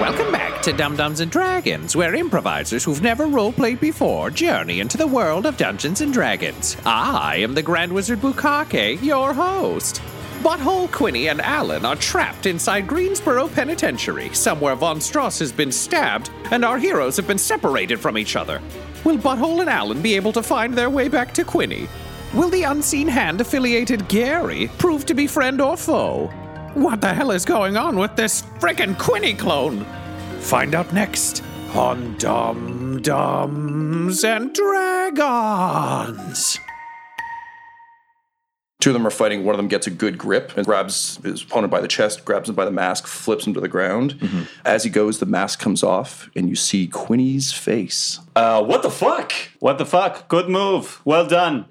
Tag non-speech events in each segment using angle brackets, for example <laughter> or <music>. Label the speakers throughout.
Speaker 1: Welcome back to Dum Dums and Dragons, where improvisers who've never roleplayed before journey into the world of Dungeons and Dragons. I am the Grand Wizard Bukake, your host. Butthole Quinny and Alan are trapped inside Greensboro Penitentiary, somewhere Von Strauss has been stabbed, and our heroes have been separated from each other. Will Butthole and Alan be able to find their way back to Quinny? Will the unseen hand affiliated Gary prove to be friend or foe? What the hell is going on with this frickin' Quinny clone? Find out next on Dum Dums and Dragons.
Speaker 2: Two of them are fighting. One of them gets a good grip and grabs his opponent by the chest, grabs him by the mask, flips him to the ground. As he goes, the mask comes off, and you see Quinny's face.
Speaker 3: Uh, what the fuck? What the fuck? Good move. Well done.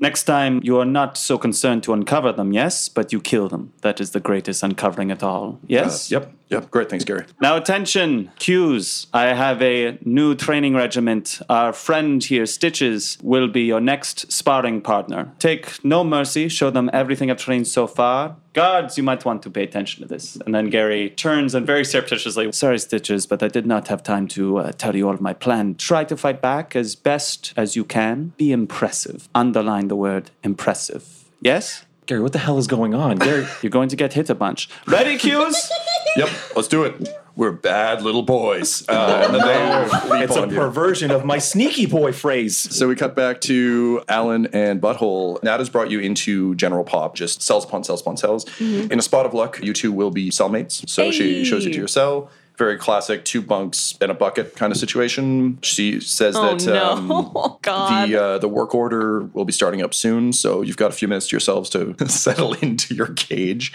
Speaker 3: Next time, you are not so concerned to uncover them, yes, but you kill them. That is the greatest uncovering at all. Yes?
Speaker 2: Yep, yep. Great, thanks, Gary.
Speaker 3: Now, attention, cues. I have a new training regiment. Our friend here, Stitches, will be your next sparring partner. Take no mercy, show them everything I've trained so far. Guards, you might want to pay attention to this. And then Gary turns and very surreptitiously, Sorry, Stitches, but I did not have time to uh, tell you all of my plan. Try to fight back as best as you can. Be impressive. Underline the word impressive. Yes?
Speaker 4: Gary, what the hell is going on?
Speaker 5: <laughs>
Speaker 4: Gary,
Speaker 3: You're going to get hit a bunch. Ready, cues?
Speaker 2: Yep, let's do it. We're bad little boys. <laughs> Uh, and then they leap
Speaker 4: it's a
Speaker 2: on you.
Speaker 4: perversion of my sneaky boy phrase.
Speaker 2: So we cut back to Alan and Butthole. That has brought you into General Pop, just cells upon cells upon cells. In a spot of luck, you two will be cellmates. So she
Speaker 6: Mm-hmm. Hey.
Speaker 2: shows you to your cell. Very classic two bunks and a bucket kind of situation. She says
Speaker 6: Oh,
Speaker 2: that
Speaker 6: no. <laughs> Oh,
Speaker 2: um,
Speaker 6: God.
Speaker 2: the uh, the work order will be starting up soon, so you've got a few minutes to yourselves to <laughs> settle into your cage.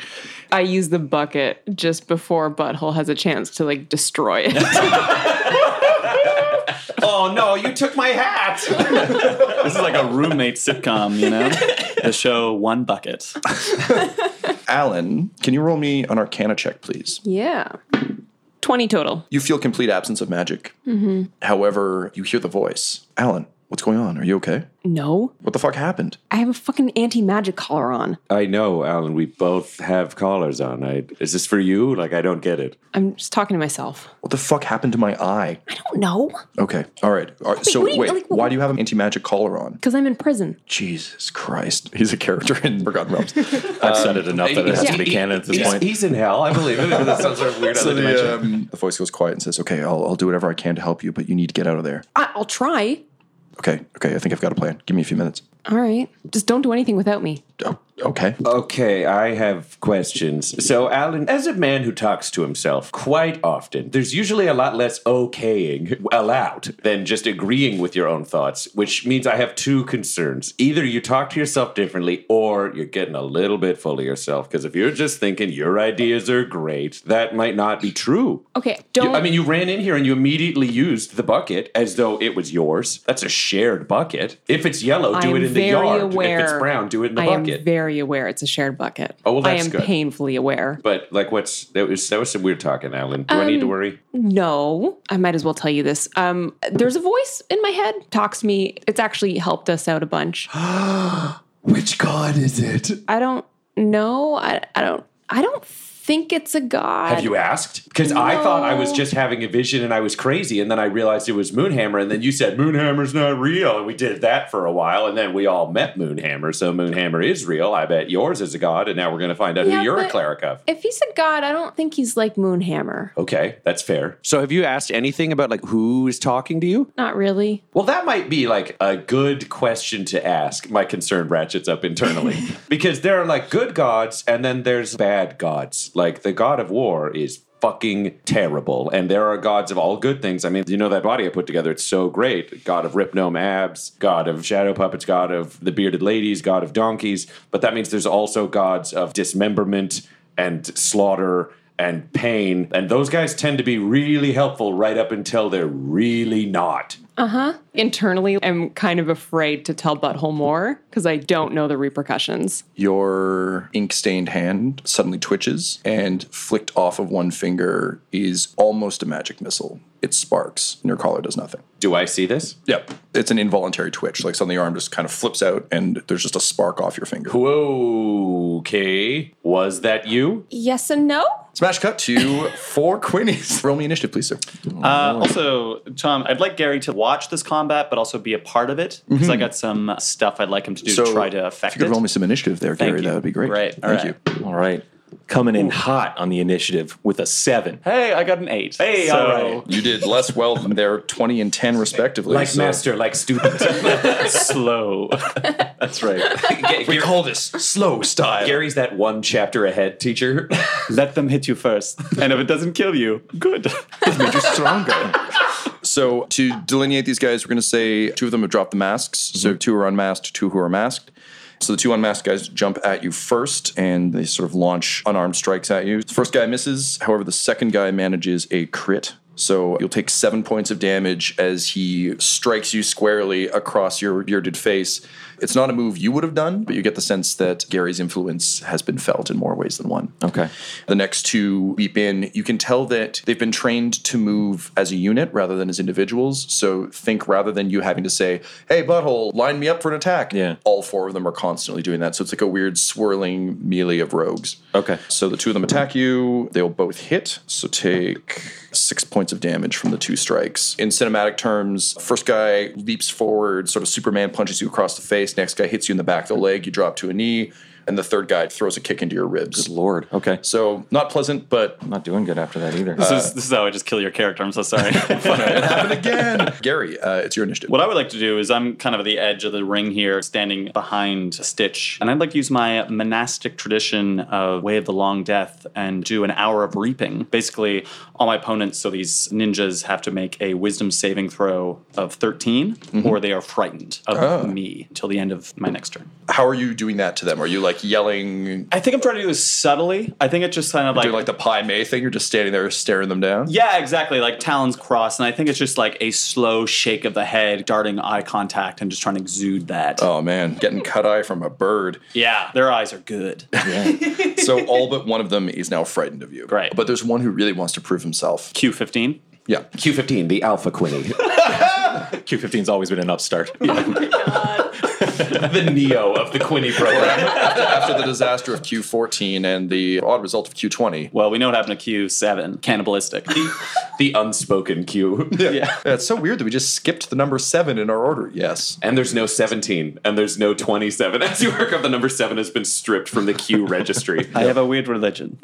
Speaker 6: I use the bucket just before Butthole has a chance to like destroy it.
Speaker 1: Oh no, you took my hat!
Speaker 3: This is like a roommate sitcom, you know? The show One Bucket.
Speaker 2: <laughs> Alan, can you roll me an Arcana check, please?
Speaker 6: yeah. 20 total.
Speaker 2: You feel complete absence of magic.
Speaker 6: Mm-hmm.
Speaker 2: However, you hear the voice. Alan, what's going on? Are you okay?
Speaker 6: No.
Speaker 2: What the fuck happened?
Speaker 6: I have a fucking anti magic collar on.
Speaker 5: I know, Alan. We both have collars on. I, is this for you? Like, I don't get it.
Speaker 6: I'm just talking to myself.
Speaker 2: What the fuck happened to my eye?
Speaker 6: I don't know.
Speaker 2: Okay, all right. All right. so
Speaker 6: what do you-
Speaker 2: wait,
Speaker 6: like,
Speaker 2: why do you have an anti-magic collar on?
Speaker 6: Because I'm in prison.
Speaker 2: Jesus Christ, <laughs> he's a character in Forgotten
Speaker 4: <laughs>
Speaker 2: Realms.
Speaker 4: I've said it enough that it has
Speaker 6: yeah.
Speaker 4: to be canon at this
Speaker 5: <laughs> He's,
Speaker 4: point.
Speaker 5: he's in hell. I believe it. That sounds sort of weird.
Speaker 2: so
Speaker 5: other
Speaker 2: the,
Speaker 5: dimension.
Speaker 2: um, the voice goes quiet and says, "Okay, I'll, I'll do whatever I can to help you, but you need to get out of there."
Speaker 6: I- I'll try.
Speaker 2: Okay, okay, I think I've got a plan. Give me a few minutes.
Speaker 6: All right. Just don't do anything without me.
Speaker 2: Oh, okay.
Speaker 5: Okay, I have questions. So, Alan, as a man who talks to himself quite often, there's usually a lot less okaying allowed than just agreeing with your own thoughts, which means I have two concerns. Either you talk to yourself differently, or you're getting a little bit full of yourself. Because if you're just thinking your ideas are great, that might not be true.
Speaker 6: Okay. Don't.
Speaker 5: I mean, you ran in here and you immediately used the bucket as though it was yours. That's a shared bucket. If it's yellow, do
Speaker 6: I am
Speaker 5: it in the
Speaker 6: very
Speaker 5: yard.
Speaker 6: aware.
Speaker 5: If it's brown, do it in the
Speaker 6: I
Speaker 5: bucket.
Speaker 6: am very aware it's a shared bucket.
Speaker 5: Oh, well,
Speaker 6: I
Speaker 5: that's
Speaker 6: am
Speaker 5: good.
Speaker 6: painfully aware.
Speaker 5: But like, what's that was that was some weird talking, Alan. Do I
Speaker 6: Um,
Speaker 5: need to worry?
Speaker 6: No, I might as well tell you this. Um, there's a voice in my head talks me. It's actually helped us out a bunch.
Speaker 5: Which god is it?
Speaker 6: I don't know. I, I don't. I don't think it's a god.
Speaker 5: Have you asked? Because I thought I was
Speaker 6: No.
Speaker 5: just having a vision and I was crazy, and then I realized it was Moonhammer, and then you said Moonhammer's not real, and we did that for a while, and then we all met Moonhammer, so Moonhammer is real. I bet yours is a god, and now we're gonna find out
Speaker 6: Yeah,
Speaker 5: who you're a
Speaker 6: but-
Speaker 5: cleric of.
Speaker 6: If he's a god, I don't think he's like Moonhammer.
Speaker 5: Okay, that's fair. So have you asked anything about like who is talking to you?
Speaker 6: Not really.
Speaker 5: Well, that might be like a good question to ask. My concern ratchets up internally because there are like good gods and then there's bad gods. Like the god of war is fucking terrible and there are gods of all good things. I mean, you know that body I put together, it's so great. God of rip gnome abs, god of shadow puppets, god of the bearded ladies, god of donkeys, but that means there's also gods of dismemberment and slaughter and pain. And those guys tend to be really helpful right up until they're really not.
Speaker 6: Internally, I'm kind of afraid to tell Butthole more because I don't know the repercussions.
Speaker 2: Your ink-stained hand suddenly twitches, and flicked off of one finger is almost a magic missile. It sparks, and your collar does nothing.
Speaker 5: Do I see this?
Speaker 2: Yep. It's an involuntary twitch. Like suddenly your arm just kind of flips out and there's just a spark off your finger.
Speaker 5: Okay. Was that you?
Speaker 6: Yes and no.
Speaker 2: Smash cut to four Quinnies. Roll me initiative, please, sir.
Speaker 3: Uh, also, Tom, I'd like Gary to watch this combat, but also be a part of it because I got some stuff I'd like him to do to try to affect
Speaker 2: if you could
Speaker 3: it.
Speaker 2: roll me some initiative there,
Speaker 3: Thank
Speaker 2: Gary,
Speaker 3: you.
Speaker 2: that would be great.
Speaker 3: Great. All
Speaker 2: Thank
Speaker 3: right.
Speaker 2: you.
Speaker 4: All right. Coming in hot on the initiative with a seven.
Speaker 3: hey, I got an eight. Hey,
Speaker 4: all right.
Speaker 2: You did less well than their 20 and 10, respectively.
Speaker 5: Like
Speaker 2: so-
Speaker 5: master, like student.
Speaker 3: <laughs> slow.
Speaker 4: That's right.
Speaker 5: we call this slow
Speaker 2: style.
Speaker 5: Gary's that one chapter ahead teacher. <laughs>
Speaker 3: Let them hit you first, and if it doesn't kill you, good.
Speaker 2: made you stronger. So to delineate these guys, we're going to say two of them have dropped the masks. So two are unmasked, two who are masked. So the two unmasked guys jump at you first, and they sort of launch unarmed strikes at you. The first guy misses. However, the second guy manages a crit. So you'll take seven points of damage as he strikes you squarely across your bearded face. It's not a move you would have done, but you get the sense that Gary's influence has been felt in more ways than one.
Speaker 4: Okay.
Speaker 2: The next two leap in. You can tell that they've been trained to move as a unit rather than as individuals. So think rather than you having to say, hey, butthole, line me up for an attack.
Speaker 4: Yeah.
Speaker 2: All four of them are constantly doing that. So it's like a weird swirling melee of rogues.
Speaker 4: Okay.
Speaker 2: So the two of them attack you. They'll both hit. So take six points of damage from the two strikes. In cinematic terms, first guy leaps forward, sort of Superman punches you across the face. Next guy hits you in the back of the leg. You drop to a knee. And the third guy throws a kick into your ribs.
Speaker 4: Lord. Okay.
Speaker 2: So not pleasant, but
Speaker 4: I'm not doing good after that either.
Speaker 3: this, is, this is how I just kill your character. I'm so sorry. <laughs>
Speaker 2: it <laughs> happened again. Gary, uh, it's your initiative.
Speaker 3: What I would like to do is I'm kind of at the edge of the ring here, standing behind Stitch, and I'd like to use my monastic tradition of Way of the Long Death and do an hour of reaping. Basically, all my opponents, so these ninjas, have to make a wisdom saving throw of 13,
Speaker 2: Mm-hmm.
Speaker 3: or they are frightened of
Speaker 2: Ah.
Speaker 3: me until the end of my next turn.
Speaker 2: How are you doing that to them? Are you like yelling?
Speaker 3: I think I'm trying to do this subtly. I think it's just kind of like.
Speaker 2: Doing like the Pi May thing? You're just standing there staring them down?
Speaker 3: yeah, exactly. Like talons crossed, and I think it's just like a slow shake of the head, darting eye contact, and just trying to exude that.
Speaker 2: Oh man, getting cut eye from a <laughs> bird.
Speaker 3: Yeah, their eyes are good.
Speaker 2: So all but one of them is now frightened of you.
Speaker 3: Great.
Speaker 2: But there's one who really wants to prove himself.
Speaker 3: Q15.
Speaker 2: Yeah.
Speaker 5: Q15, the alpha Quinny. <laughs>
Speaker 4: Q15's always been an upstart.
Speaker 5: Oh <laughs> the Neo of the Quinny program.
Speaker 2: after, after the disaster of Q14 and the odd result of Q20.
Speaker 3: Well, we know what happened to Q7. Cannibalistic.
Speaker 5: the unspoken Q.
Speaker 2: Yeah, it's so weird that we just skipped the number seven in our order. Yes.
Speaker 5: And there's no 17, and there's no 27. As you work up, the number 7 has been stripped from the Q
Speaker 4: <laughs>
Speaker 5: registry.
Speaker 3: <laughs> I have a weird religion.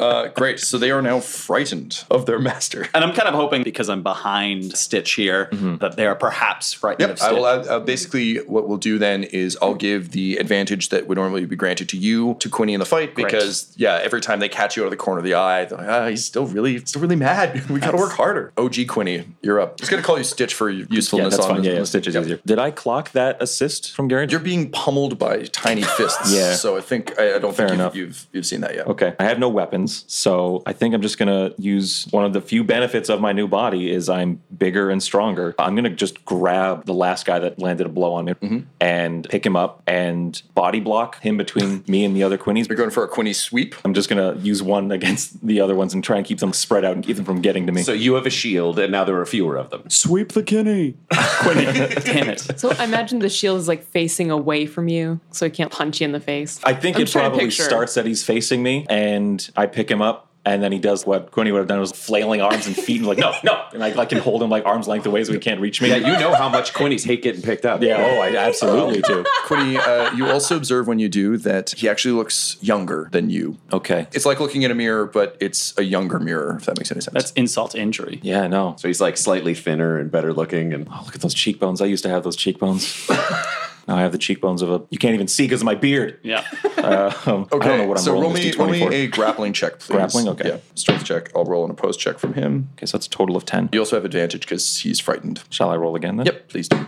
Speaker 2: Uh, great. So they are now frightened of their master.
Speaker 3: And I'm kind of hoping because I'm behind Stitch here that they are perhaps frightened
Speaker 2: Yep.
Speaker 3: of
Speaker 2: I
Speaker 3: Stitch.
Speaker 2: will add, uh, basically, what we'll do then is I'll give the advantage that would normally be granted to you to Quinny in the fight because yeah, every time they catch you out of the corner of the eye, they're like, ah, he's still really, still really mad. <laughs> we got to work harder. OG Quinny, you're up. Just gonna call you Stitch for your
Speaker 4: Yeah,
Speaker 2: usefulness
Speaker 4: that's
Speaker 2: on
Speaker 4: fine.
Speaker 2: this.
Speaker 4: Yeah, yeah, Stitch is
Speaker 2: Yep.
Speaker 4: easier. Did I clock that assist from Gary?
Speaker 2: You're being pummeled by
Speaker 4: <laughs>
Speaker 2: tiny fists.
Speaker 4: Yeah.
Speaker 2: So I think I, I don't
Speaker 4: Fair
Speaker 2: think you've,
Speaker 4: enough.
Speaker 2: you've you've seen that yet.
Speaker 4: Okay. I have no weapons, so I think I'm just gonna use one of the few benefits of my new body is I'm bigger and stronger. I'm gonna just grab the last guy that landed a blow on me and pick him up and body block him between me and the other Quinnies.
Speaker 2: You're going for a Quinny sweep.
Speaker 4: I'm just gonna use one against the other ones and try and keep them spread out and keep them from getting to me.
Speaker 5: So you have a shield, and now there are fewer
Speaker 3: <laughs>
Speaker 5: of them.
Speaker 4: sweep the Kinney.
Speaker 3: Damn it.
Speaker 6: So I imagine the shield is like facing away from you, so it can't punch you in the face.
Speaker 4: I think
Speaker 6: I'm
Speaker 4: it
Speaker 6: trying to
Speaker 4: probably
Speaker 6: picture.
Speaker 4: starts that he's facing me, and I pick him up, and then he does what Quinny would have done was flailing arms and feet, and like no, no, and I like can hold him like arms length away so he can't reach me.
Speaker 5: Yeah, <laughs> you know how much Quinnies hate getting picked up.
Speaker 4: Yeah, oh, I absolutely do.
Speaker 2: Quinny, uh, you also observe when you do that he actually looks younger than you.
Speaker 4: Okay.
Speaker 2: It's like looking in a mirror, but it's a younger mirror. If that makes any sense.
Speaker 3: That's insult to injury.
Speaker 4: Yeah, no.
Speaker 5: So he's like slightly thinner and better looking, and
Speaker 4: Oh, look at those cheekbones. I used to have
Speaker 2: <laughs>
Speaker 4: those cheekbones. now I have the cheekbones of a. You can't even see because of my beard.
Speaker 3: Yeah.
Speaker 4: Um, I don't know what I'm
Speaker 2: so
Speaker 4: rolling
Speaker 2: roll me,
Speaker 4: this
Speaker 2: roll
Speaker 4: D20
Speaker 2: me
Speaker 4: for.
Speaker 2: a grappling check, please.
Speaker 4: Grappling? Okay.
Speaker 2: Yeah. Strength check. I'll roll an opposed check from him.
Speaker 4: Okay, so that's a total of 10.
Speaker 2: You also have advantage because he's frightened.
Speaker 4: Shall I roll again then?
Speaker 2: Yep, please do.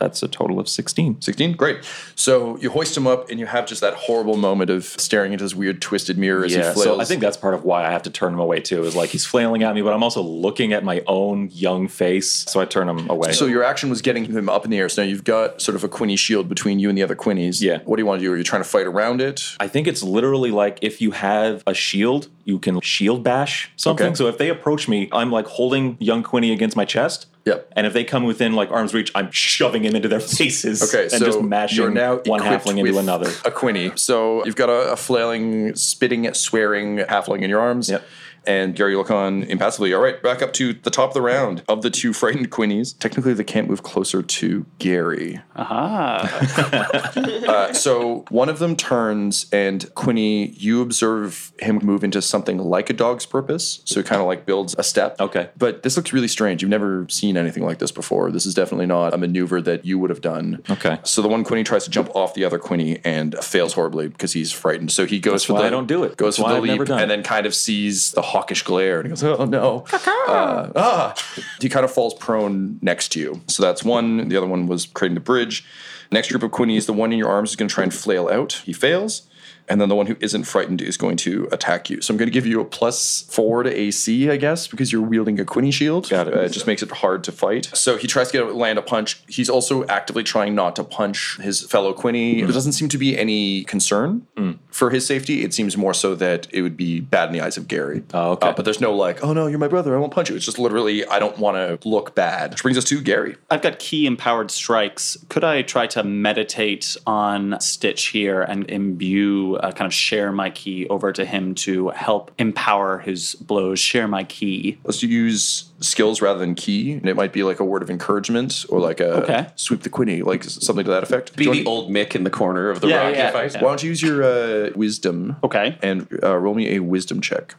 Speaker 4: That's a total of 16.
Speaker 2: 16? Great. So you hoist him up and you have just that horrible moment of staring into this weird twisted mirror as he
Speaker 4: Yeah,
Speaker 2: flails.
Speaker 4: so I think that's part of why I have to turn him away too. Is like he's flailing at me, but I'm also looking at my own young face, so I turn him away.
Speaker 2: So your action was getting him up in the air. So now you've got sort of a Quinny shield between you and the other Quinnies.
Speaker 4: Yeah.
Speaker 2: What do you want to do? Are you trying to fight around it?
Speaker 4: I think it's literally like if you have a shield, you can shield bash something.
Speaker 2: Okay.
Speaker 4: So if they approach me, I'm like holding young Quinny against my chest.
Speaker 2: Yep.
Speaker 4: And if they come within like arm's reach, I'm shoving him into their <laughs> faces.
Speaker 2: Okay,
Speaker 4: and
Speaker 2: so
Speaker 4: just mashing
Speaker 2: you're now
Speaker 4: one
Speaker 2: equipped
Speaker 4: halfling into
Speaker 2: with
Speaker 4: another.
Speaker 2: A quinny. So you've got a, a flailing, spitting, swearing halfling in your arms.
Speaker 4: Yep.
Speaker 2: And Gary look on impassively. All right, back up to the top of the round of the two frightened quinnies. Technically, they can't move closer to Gary. Uh, so one of them turns, and Quinny, you observe him move into something like a dog's purpose. So it kind of like builds a step.
Speaker 4: Okay.
Speaker 2: But this looks really strange. You've never seen anything like this before. This is definitely not a maneuver that you would have done.
Speaker 4: Okay.
Speaker 2: So the one Quinny tries to jump off the other Quinny and fails horribly because he's frightened. So he goes for
Speaker 4: why
Speaker 2: the
Speaker 4: I don't do it.
Speaker 2: Goes
Speaker 4: That's
Speaker 2: for the
Speaker 4: why I've never
Speaker 2: leap
Speaker 4: done
Speaker 2: and
Speaker 4: it.
Speaker 2: then kind of sees the hawkish glare and he goes, "Oh
Speaker 4: <laughs>
Speaker 2: no!" Uh, ah! He kind of falls prone next to you. So that's one. The other one was creating the bridge. Next group of Quinnies, the one in your arms is going to try and flail out. He fails. And then the one who isn't frightened is going to attack you. So I'm going to give you a plus four to AC, I guess, because you're wielding a Quinny shield.
Speaker 4: Got it.
Speaker 2: Uh, just makes it hard to fight. So he tries to get land a punch. He's also actively trying not to punch his fellow Quinny. There doesn't seem to be any concern for his safety. It seems more so that it would be bad in the eyes of Gary.
Speaker 4: Oh, okay.
Speaker 2: Uh, but there's no like, oh no, you're my brother. I won't punch you. It's just literally, I don't want to look bad. Which brings us to Gary.
Speaker 3: I've got key empowered strikes. Could I try to meditate on Stitch here and imbue, uh, kind of share my key over to him to help empower his blows, share my key?
Speaker 2: Let's use skills rather than key, and it might be like a word of encouragement or like a
Speaker 3: Okay.
Speaker 2: sweep the Quinny, like something to that effect.
Speaker 5: Be
Speaker 2: Do you
Speaker 5: the
Speaker 2: want-
Speaker 5: old Mick in the corner of the
Speaker 3: Yeah,
Speaker 5: rocky
Speaker 3: yeah,
Speaker 5: fight.
Speaker 2: Why don't you use your uh, wisdom?
Speaker 3: Okay.
Speaker 2: and uh, roll me a wisdom check.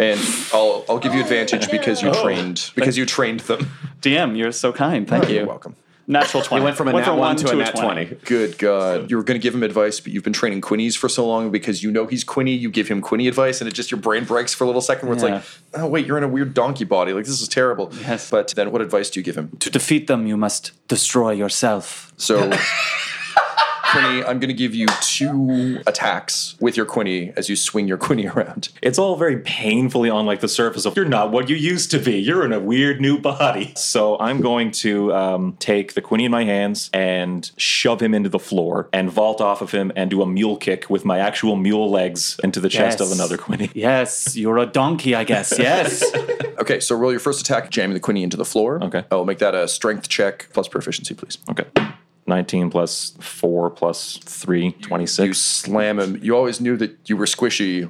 Speaker 2: And I'll I'll give you advantage because you
Speaker 3: Oh.
Speaker 2: trained because you trained them.
Speaker 3: DM, you're so kind. Thank you.
Speaker 2: Oh, You're welcome.
Speaker 3: Natural 20.
Speaker 5: It went from a nat 1 to a nat 20.
Speaker 2: Good God, you were going to give him advice, but you've been training Quinnies for so long because you know he's Quinny. You give him Quinny advice, and it just your brain breaks for a little second where it's
Speaker 3: Yeah.
Speaker 2: like, oh wait, you're in a weird donkey body. Like this is terrible.
Speaker 3: Yes.
Speaker 2: But then, what advice do you give him?
Speaker 3: To defeat them, you must destroy yourself.
Speaker 2: So,
Speaker 3: <laughs>
Speaker 2: Quinny, I'm going to give you two attacks with your Quinny as you swing your Quinny around.
Speaker 4: It's all very painfully on like the surface of you're not what you used to be. You're in a weird new body. <laughs> So I'm going to um, take the Quinny in my hands and shove him into the floor and vault off of him and do a mule kick with my actual mule legs into the chest
Speaker 3: Yes.
Speaker 4: of another Quinny.
Speaker 3: <laughs> Yes, you're a donkey, I guess. Yes.
Speaker 2: Okay, so roll your first attack, jamming the Quinny into the floor.
Speaker 4: Okay.
Speaker 2: I'll make that a strength check plus proficiency, please.
Speaker 4: Okay. 19 plus 4 plus 3,
Speaker 2: You
Speaker 4: 26.
Speaker 2: slam him. You always knew that you were
Speaker 4: <laughs>
Speaker 2: squishy,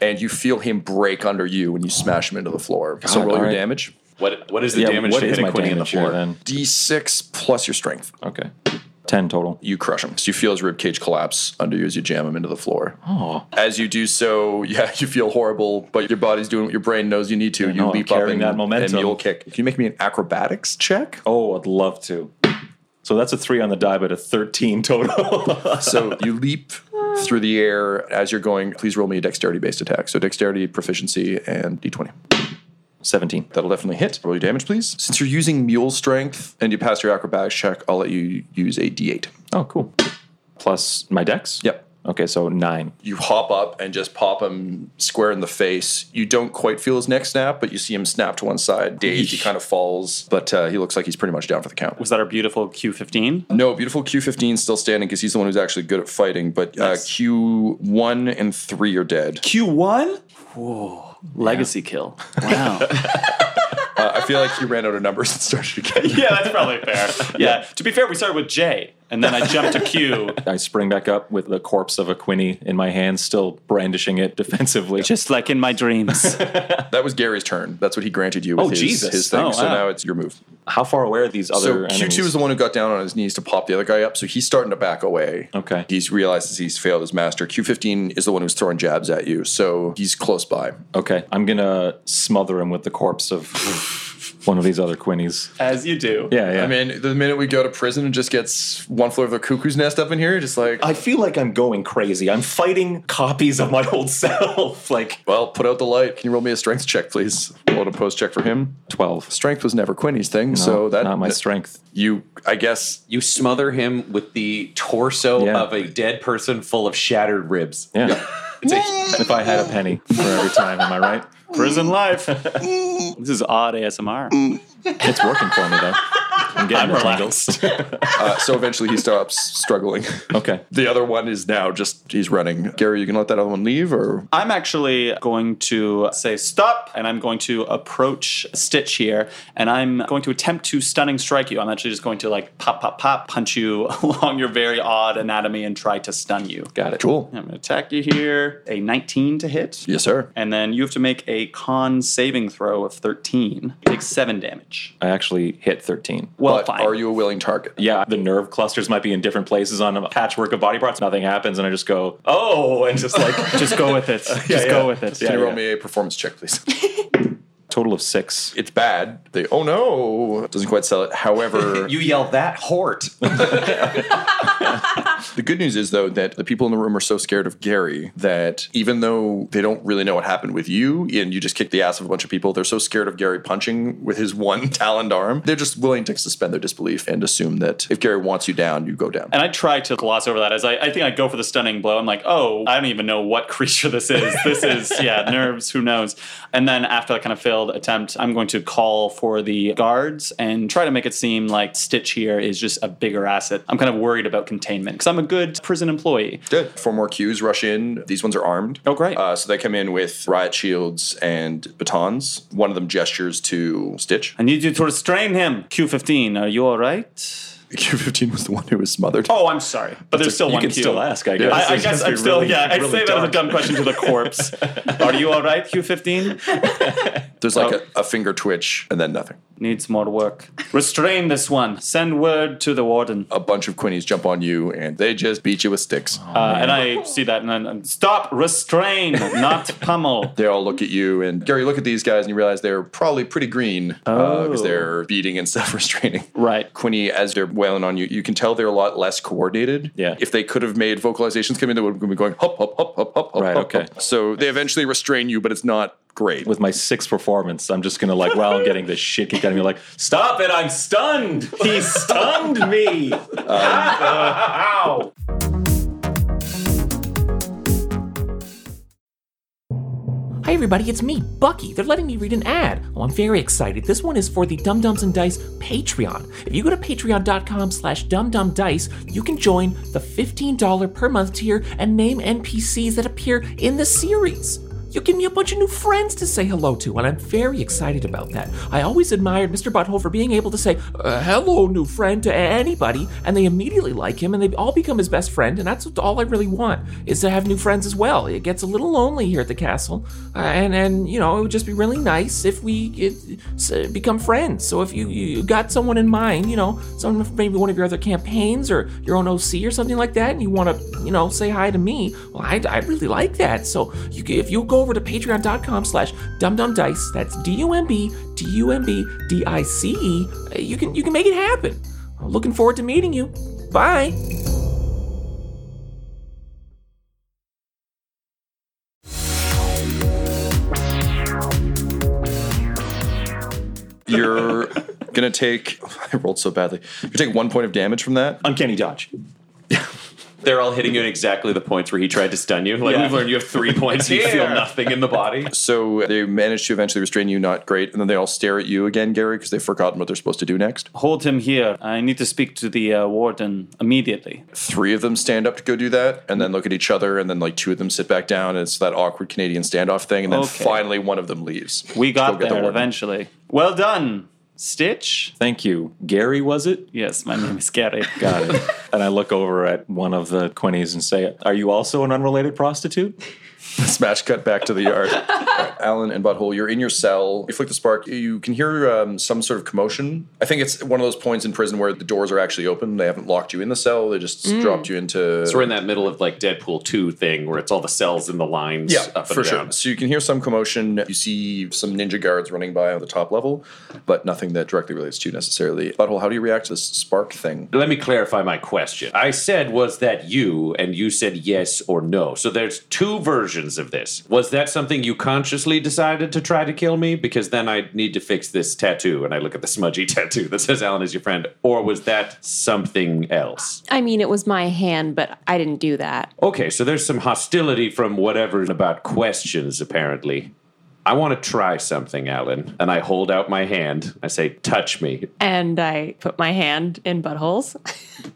Speaker 2: and you feel him break under you when you smash him into the floor. so
Speaker 4: God,
Speaker 2: roll your
Speaker 4: alright.
Speaker 2: damage.
Speaker 5: What, what is the damage
Speaker 4: what
Speaker 5: to
Speaker 4: is
Speaker 5: hit a
Speaker 4: my
Speaker 5: Quinny in the
Speaker 4: damage here
Speaker 5: floor?
Speaker 4: then?
Speaker 2: D6 plus your strength.
Speaker 4: Okay. 10 total.
Speaker 2: You crush him. So you feel his ribcage collapse under you as you jam him into the floor. Oh. As you do so, yeah, <laughs> you feel horrible, but your body's doing what your brain knows you need to. you
Speaker 4: know, I'm
Speaker 2: leap up
Speaker 4: carrying
Speaker 2: and,
Speaker 4: that
Speaker 2: and
Speaker 4: momentum.
Speaker 2: you'll kick. Can you make me an acrobatics check?
Speaker 4: Oh, I'd love to. So that's a 3 on the die, but a 13 <laughs> total.
Speaker 2: So you leap through the air as you're going. Please roll me a dexterity based attack. So dexterity, proficiency, and d20.
Speaker 4: 17.
Speaker 2: That'll definitely hit. Roll your damage, please. Since you're using mule strength and you pass your acrobatics check, I'll let you use a d8.
Speaker 4: Oh, cool. Plus my dex?
Speaker 2: Yep.
Speaker 4: Okay, so 9.
Speaker 2: You hop up and just pop him square in the face. You don't quite feel his neck snap, but you see him snap to one side. Dazed, he kind of falls, but uh, he looks like he's pretty much down for the count.
Speaker 3: Was that our beautiful Q15?
Speaker 2: No, beautiful Q15 still standing because he's the one who's actually good at fighting, but uh,
Speaker 3: Nice.
Speaker 2: Q1 and 3 are dead.
Speaker 3: Q1? Whoa. Legacy kill. Wow.
Speaker 2: Uh, I feel like he ran out of numbers and started again.
Speaker 3: <laughs>
Speaker 2: <laughs>
Speaker 3: yeah, that's probably fair. Yeah. To be fair, we started with J, and then I jumped to Q.
Speaker 4: I spring back up with the corpse of a Quinny in my hand, still brandishing it <laughs> defensively.
Speaker 3: <laughs> Just like in my dreams.
Speaker 2: That was Gary's turn. That's what he granted you with
Speaker 4: Oh,
Speaker 2: his,
Speaker 4: Jesus.
Speaker 2: his thing.
Speaker 3: Oh,
Speaker 2: So
Speaker 3: wow.
Speaker 2: now it's your move.
Speaker 4: How far away are these
Speaker 2: So
Speaker 4: other
Speaker 2: Q2
Speaker 4: enemies?
Speaker 2: is the one who got down on his knees to pop the other guy up. So he's starting to back away.
Speaker 4: Okay.
Speaker 2: He's realizes he's failed his master. Q15 is the one who's throwing jabs at you. So he's close by.
Speaker 4: okay, I'm gonna smother him with the corpse <laughs> of one of these other Quinnies.
Speaker 3: <laughs> As you do.
Speaker 4: Yeah, yeah.
Speaker 2: I mean, the minute we go to prison and just gets one floor of the cuckoo's nest up in here, just like,
Speaker 4: I feel like I'm going crazy. I'm fighting copies of <laughs> my old self. Like
Speaker 2: well, put out the light. Can you roll me a strength check, please? Roll a post check for him.
Speaker 4: 12.
Speaker 2: Strength was never Quinny's thing. so that
Speaker 4: not my strength.
Speaker 2: You, I guess,
Speaker 5: You smother him with the torso
Speaker 4: Yeah.
Speaker 5: of a dead person full of shattered ribs.
Speaker 4: Yeah.
Speaker 5: It's a-
Speaker 4: if I had a penny for every time, am I right?
Speaker 3: Prison life. this is odd ASMR.
Speaker 4: It's working for me though. I'm getting the tingles.
Speaker 2: Uh, so eventually he stops struggling.
Speaker 4: <laughs>
Speaker 2: <laughs>
Speaker 4: okay.
Speaker 2: the other one is now just he's running. Gary, you can let that other one leave, or
Speaker 3: I'm actually going to say stop, and I'm going to approach Stitch here, and I'm going to attempt to stunning strike you. I'm actually just going to like pop, pop, pop, punch you <laughs> along your very odd anatomy and try to stun you.
Speaker 4: Got it.
Speaker 2: cool.
Speaker 3: I'm going to attack you here. A 19 to hit.
Speaker 2: Yes, sir.
Speaker 3: And then you have to make a con saving throw of 13. You take seven damage.
Speaker 4: I actually hit 13.
Speaker 3: Well,
Speaker 2: but
Speaker 3: fine.
Speaker 2: are you a willing target?
Speaker 4: Yeah, the nerve clusters might be in different places on a patchwork of body parts. Nothing happens, and I just go, oh, and <laughs> just
Speaker 2: <laughs>
Speaker 4: like,
Speaker 3: Just go with it. Just
Speaker 4: <laughs> yeah.
Speaker 3: go with it.
Speaker 2: Can
Speaker 4: Yeah,
Speaker 2: you roll
Speaker 4: yeah.
Speaker 2: me a performance check, please? <laughs>
Speaker 4: total of six.
Speaker 2: it's bad. They oh no doesn't quite sell it.
Speaker 3: <laughs>
Speaker 2: However,
Speaker 5: You yell that hort.
Speaker 2: the good news is though that the people in the room are so scared of Gary that even though they don't really know what happened with you and you just kicked the ass of a bunch of people, they're so scared of Gary punching with his one <laughs> taloned arm, they're just willing to suspend their disbelief and assume that if Gary wants you down, you go down.
Speaker 3: And I try to gloss over that as I, I think I go for the stunning blow. I'm like, oh, I don't even know what creature this is. This <laughs> is, yeah, nerves, who knows. And then after that kind of failed attempt, I'm going to call for the guards and try to make it seem like Stitch here is just a bigger asset. I'm kind of worried about containment because I'm a good prison employee.
Speaker 2: Good. Four more queues rush in. These ones are armed.
Speaker 3: Oh, great.
Speaker 2: Uh, so they come in with riot shields and batons. One of them gestures to Stitch.
Speaker 3: I need you to restrain him. Q15, are you all right?
Speaker 2: Q15 was the one who was smothered.
Speaker 3: Oh, I'm sorry. But there's still
Speaker 4: You
Speaker 3: one
Speaker 4: can
Speaker 3: Q.
Speaker 4: still ask, I guess.
Speaker 3: I, I
Speaker 4: It's
Speaker 3: guess
Speaker 4: gonna
Speaker 3: I'm
Speaker 4: be
Speaker 3: still,
Speaker 4: really-
Speaker 3: yeah, I'd
Speaker 4: really
Speaker 3: say that as a
Speaker 4: dark.
Speaker 3: dumb question to the
Speaker 4: <laughs>
Speaker 3: corpse. Are you all right, Q15?
Speaker 2: <laughs> There's
Speaker 3: Oh.
Speaker 2: like a, a finger twitch and then nothing.
Speaker 3: Needs more work. Restrain this one. Send word to the warden.
Speaker 2: A bunch of Quinnies jump on you and they just beat you with sticks.
Speaker 3: Uh, and I see that and then and stop,
Speaker 2: <laughs>
Speaker 3: restrain, not pummel.
Speaker 2: They all look at you and Gary, look at these guys and you realize they're probably pretty green because
Speaker 4: Oh.
Speaker 2: they're beating and <laughs> self restraining.
Speaker 3: Right.
Speaker 2: Quinny, as they're wailing on you, you can tell they're a lot less coordinated.
Speaker 4: Yeah.
Speaker 2: If they could have made vocalizations come in, they would have been going hop, hop, hop, hop, hop, hop.
Speaker 4: Right,
Speaker 2: hop,
Speaker 4: okay.
Speaker 2: hop. So they eventually restrain you, but it's not great.
Speaker 4: With my sixth performance, I'm just gonna like, while I'm getting this shit kicked out of me, like, stop it! I'm stunned. He stunned me.
Speaker 7: Hi, everybody, it's me, Bucky. They're letting me read an ad. Oh, I'm very excited. This one is for the Dum Dums and Dice Patreon. If you go to patreon.com slash dumdumdice, you can join the $15 per month tier and name NPCs that appear in the series. You give me a bunch of new friends to say hello to, and I'm very excited about that. I always admired Mr. Butthole for being able to say, uh, hello, new friend, to anybody, and they immediately like him, and they all become his best friend, and that's all I really want, is to have new friends as well. It gets a little lonely here at the castle, uh, and, and, you know, it would just be really nice if we it, s- become friends. So if you, you got someone in mind, you know, someone from maybe one of your other campaigns or your own OC or something like that, and you want to, you know, say hi to me, well, I, I really like that. So you, c- if you go over to patreon.com slash dumdumdice, that's D-U-M-B, D-U-M-B, D-I-C-E, uh, you can, you can make it happen. Looking forward to meeting you. Bye.
Speaker 2: You're <laughs> gonna take. <laughs> I rolled so badly. You take one point of damage from that.
Speaker 4: Uncanny dodge.
Speaker 5: They're all hitting you in exactly the points where he tried to stun you. Like
Speaker 3: Yeah.
Speaker 5: we've learned, you have three points. You feel nothing in the body.
Speaker 2: So they manage to eventually restrain you. Not great. And then they all stare at you again, Gary, because they've forgotten what they're supposed to do next.
Speaker 3: Hold him here. I need to speak to the uh, warden immediately.
Speaker 2: Three of them stand up to go do that, and then look at each other, and then like two of them sit back down. And it's that awkward Canadian standoff thing, and then
Speaker 3: Okay.
Speaker 2: finally one of them leaves.
Speaker 3: We
Speaker 2: to go
Speaker 3: got
Speaker 2: get the
Speaker 3: there
Speaker 2: warden.
Speaker 3: eventually. Well done, Stitch.
Speaker 4: Thank you, Gary. Was it?
Speaker 3: Yes, my name is Gary.
Speaker 4: Got <laughs> it. and I look over at one of the Quinnies and say, "Are you also an unrelated prostitute?"
Speaker 2: Smash cut back to the yard. Alan and Butthole, you're in your cell. You flick the spark. You can hear um, some sort of commotion. I think it's one of those points in prison where the doors are actually open. They haven't locked you in the cell. They just dropped you into.
Speaker 5: So we're in that middle of like Deadpool 2 thing where it's all the cells and the lines
Speaker 2: yeah,
Speaker 5: up and
Speaker 2: for
Speaker 5: down.
Speaker 2: sure. So you can hear some commotion. You see some ninja guards running by on the top level, but nothing that directly relates to you necessarily. Butthole, how do you react to this spark thing?
Speaker 5: Let me clarify my question. I said, was that you? And you said yes or no. So there's two versions of this. Was that something you consciously decided to try to kill me? Because then I need to fix this tattoo. And I look at the smudgy <laughs> tattoo that says Alan is your friend. Or was that something else?
Speaker 6: I mean, it was my hand, but I didn't do that.
Speaker 5: Okay, so there's some hostility from whatever about questions, apparently. I want to try something, Alan. And I hold out my hand. I say, touch me
Speaker 6: And I put my hand in buttholes.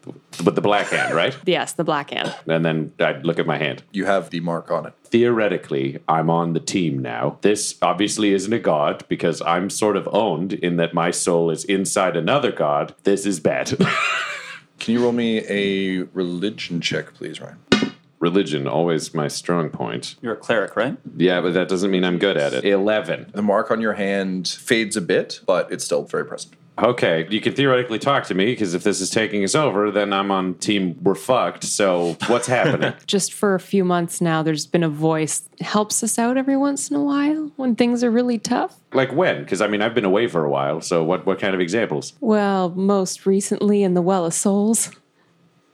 Speaker 6: <laughs>
Speaker 5: with the black hand, right?
Speaker 6: yes, the black hand.
Speaker 5: And then I look at my hand.
Speaker 2: You have the mark on it.
Speaker 5: Theoretically, I'm on the team now. This obviously isn't a god because I'm sort of owned in that my soul is inside another god. This is bad. <laughs>
Speaker 2: Can you roll me a religion check, please, Ryan?
Speaker 5: Religion, always my strong point.
Speaker 3: You're a cleric, right?
Speaker 5: Yeah, but that doesn't mean I'm good at it. 11.
Speaker 2: The mark on your hand fades a bit, but it's still very present.
Speaker 5: Okay, you can theoretically talk to me because if this is taking us over, then I'm on team we're fucked. So what's happening?
Speaker 6: Just for a few months now, there's been a voice that helps us out every once in a while when things are really tough.
Speaker 5: like when? Because I mean, I've been away for a while. So what, what kind of examples?
Speaker 6: Well, most recently in the Well of Souls.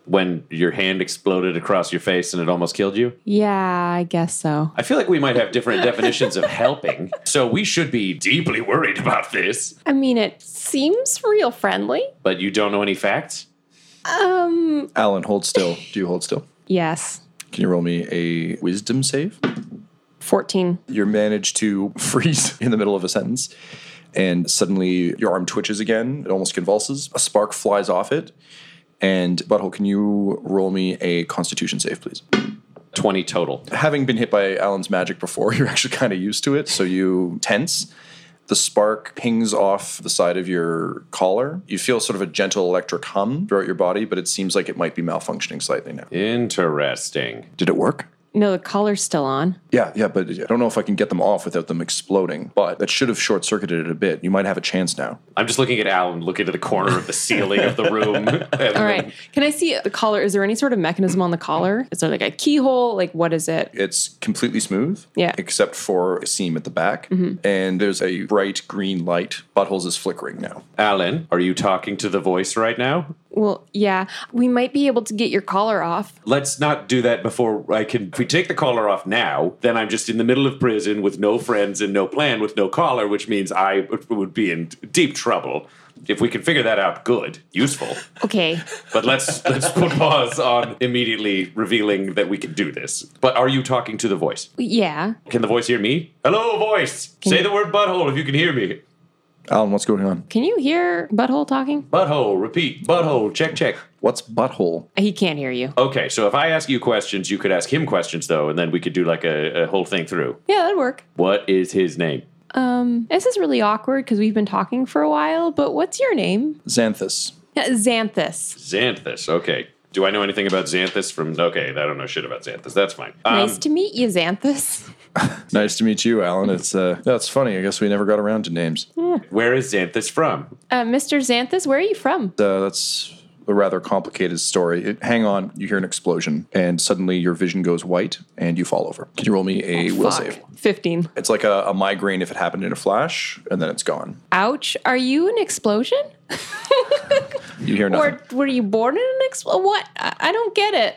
Speaker 5: When your hand exploded across your face and it almost killed you?
Speaker 6: Yeah, I guess so.
Speaker 5: I feel like we might have different definitions of helping. So we should be deeply worried about this.
Speaker 6: I mean, it seems real friendly.
Speaker 5: But you don't know any facts?
Speaker 6: Um,
Speaker 2: Alan, hold still. Do you hold still?
Speaker 6: yes,
Speaker 2: Can you roll me a wisdom save?
Speaker 6: 14.
Speaker 2: You manage to <laughs> freeze in the middle of a sentence, and suddenly your arm twitches again. It almost convulses. A spark flies off it. And Butthole, can you roll me a constitution save, please?
Speaker 5: 20 total.
Speaker 2: having been hit by Alan's magic before, <laughs> you're actually kind of used to it, so you tense. The spark pings off the side of your collar. You feel sort of a gentle electric hum throughout your body, but it seems like it might be malfunctioning slightly now.
Speaker 5: Interesting.
Speaker 2: Did it work?
Speaker 6: No, the collar's still on.
Speaker 2: Yeah, yeah, but I don't know if I can get them off without them exploding. But that should have short circuited it a bit. You might have a chance now.
Speaker 5: I'm just looking at Alan, looking at the corner of the ceiling of the room. And
Speaker 6: All right. Can I see the collar? Is there any sort of mechanism on the collar? Is there like a keyhole? Like, what is it?
Speaker 2: It's completely smooth,
Speaker 6: Yeah.
Speaker 2: except for a seam at the back, and there's a bright green light. Buttholes is flickering now.
Speaker 5: Alan, are you talking to the voice right now?
Speaker 6: Well, yeah, we might be able to get your collar off.
Speaker 5: Let's not do that before I can. If we take the collar off now, then I'm just in the middle of prison with no friends and no plan with no collar, which means I would be in deep trouble. If we can figure that out, good, useful.
Speaker 6: Okay.
Speaker 5: But let's <laughs> let's put pause on immediately revealing that we can do this. But are you talking to the voice?
Speaker 6: yeah.
Speaker 5: Can the voice hear me? Hello, voice. Say the word butthole if you can hear me.
Speaker 2: Alan, what's going on?
Speaker 6: Can you hear Butthole talking?
Speaker 5: Butthole. Repeat. Butthole. Check. Check.
Speaker 2: What's butthole?
Speaker 6: He can't hear you.
Speaker 5: Okay, so if I ask you questions, you could ask him questions though, and then we could do like a, a whole thing through.
Speaker 6: Yeah, that'd work.
Speaker 5: What is his name?
Speaker 6: Um, this is really awkward because we've been talking for a while, but what's your name?
Speaker 2: Xanthus.
Speaker 6: Yeah, Xanthus.
Speaker 5: Xanthus. Okay. Do I know anything about Xanthus from? Okay, I don't know shit about Xanthus. That's fine. Um,
Speaker 6: nice to meet you, Xanthus.
Speaker 2: Nice to meet you, Alan. It's uh, that's funny. I guess we never got around to names. Uh,
Speaker 5: where is Xanthus from?
Speaker 6: Uh, Mr. Xanthus, where are you from?
Speaker 2: that's a rather complicated story. It- hang on, you hear an explosion, and suddenly your vision goes white, and you fall over. Can you roll me a will
Speaker 6: Oh, Fuck.
Speaker 2: save?
Speaker 6: 15.
Speaker 2: It's like a, a migraine if it happened in a flash, and then it's gone.
Speaker 6: Ouch. Are you an explosion?
Speaker 2: You hear nothing.
Speaker 6: or were you born in an explosion? What? I, I don't get it.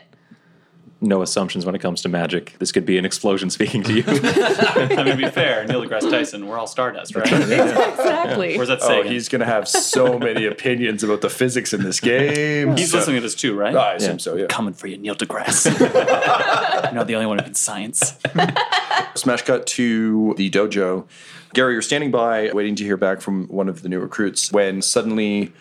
Speaker 4: No assumptions when it comes to magic. This could be an explosion speaking to you.
Speaker 5: <laughs>
Speaker 3: I mean,
Speaker 2: <laughs>
Speaker 3: to be fair, Neil deGrasse Tyson, we're all stardust, right?
Speaker 6: Exactly.
Speaker 3: Where's that
Speaker 2: oh,
Speaker 3: saying?
Speaker 2: he's gonna have so many opinions about the physics in this game. <laughs>
Speaker 3: He's
Speaker 2: So-
Speaker 3: listening to this too, right?
Speaker 2: I assume so. Yeah.
Speaker 3: Coming for you,
Speaker 2: <laughs>
Speaker 3: Neil deGrasse. You're not the only one who can science.
Speaker 2: Smash cut to the dojo. Gary, you're standing by waiting to hear back from one of the new recruits when suddenly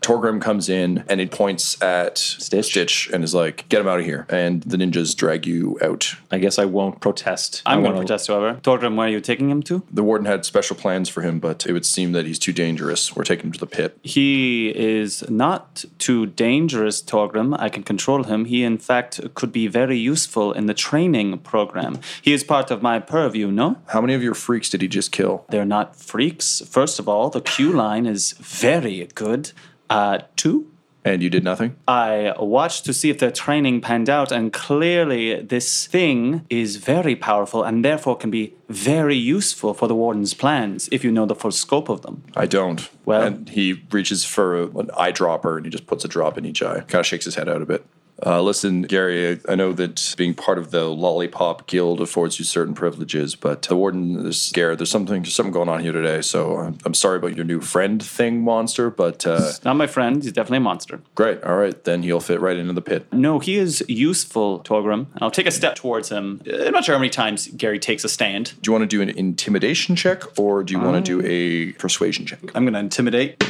Speaker 2: Torgrim comes in and he points at Stitch, and is like, get him out of here. And the ninjas drag you out.
Speaker 4: I guess I won't protest.
Speaker 3: I'm
Speaker 4: I
Speaker 3: going to
Speaker 4: wanna-
Speaker 3: protest, however. Torgrim, where are you taking him to?
Speaker 2: The warden had special plans for him, but it would seem that he's too dangerous. We're taking him to the pit.
Speaker 3: He is not too dangerous, Torgrim. I can control him. He, in fact, could be very useful in the training program. He is part of my purview, no?
Speaker 2: How many of your freaks did he just kill?
Speaker 3: They're not freaks. First of all, the queue line is very good. Uh, two,
Speaker 2: And you did nothing?
Speaker 3: I watched to see if their training panned out, and clearly this thing is very powerful and therefore can be very useful for the Warden's plans if you know the full scope of them.
Speaker 2: I don't.
Speaker 3: Well-
Speaker 2: and he reaches for an eyedropper and he just puts a drop in each eye. Kind of shakes his head out a bit. Uh, listen, Gary, I- I know that being part of the Lollipop Guild affords you certain privileges, but the warden is scared. There's something, something going on here today, so I'm, I'm sorry about your new friend thing, monster. But uh,
Speaker 3: Not my friend. He's definitely a monster.
Speaker 2: great, all right, then he'll fit right into the pit.
Speaker 3: No, he is useful, Torgrim. I'll take a step towards him. I'm not sure how many times Gary takes a stand.
Speaker 2: Do you want to do an intimidation check or do you want to do a persuasion check?
Speaker 3: I'm going to intimidate.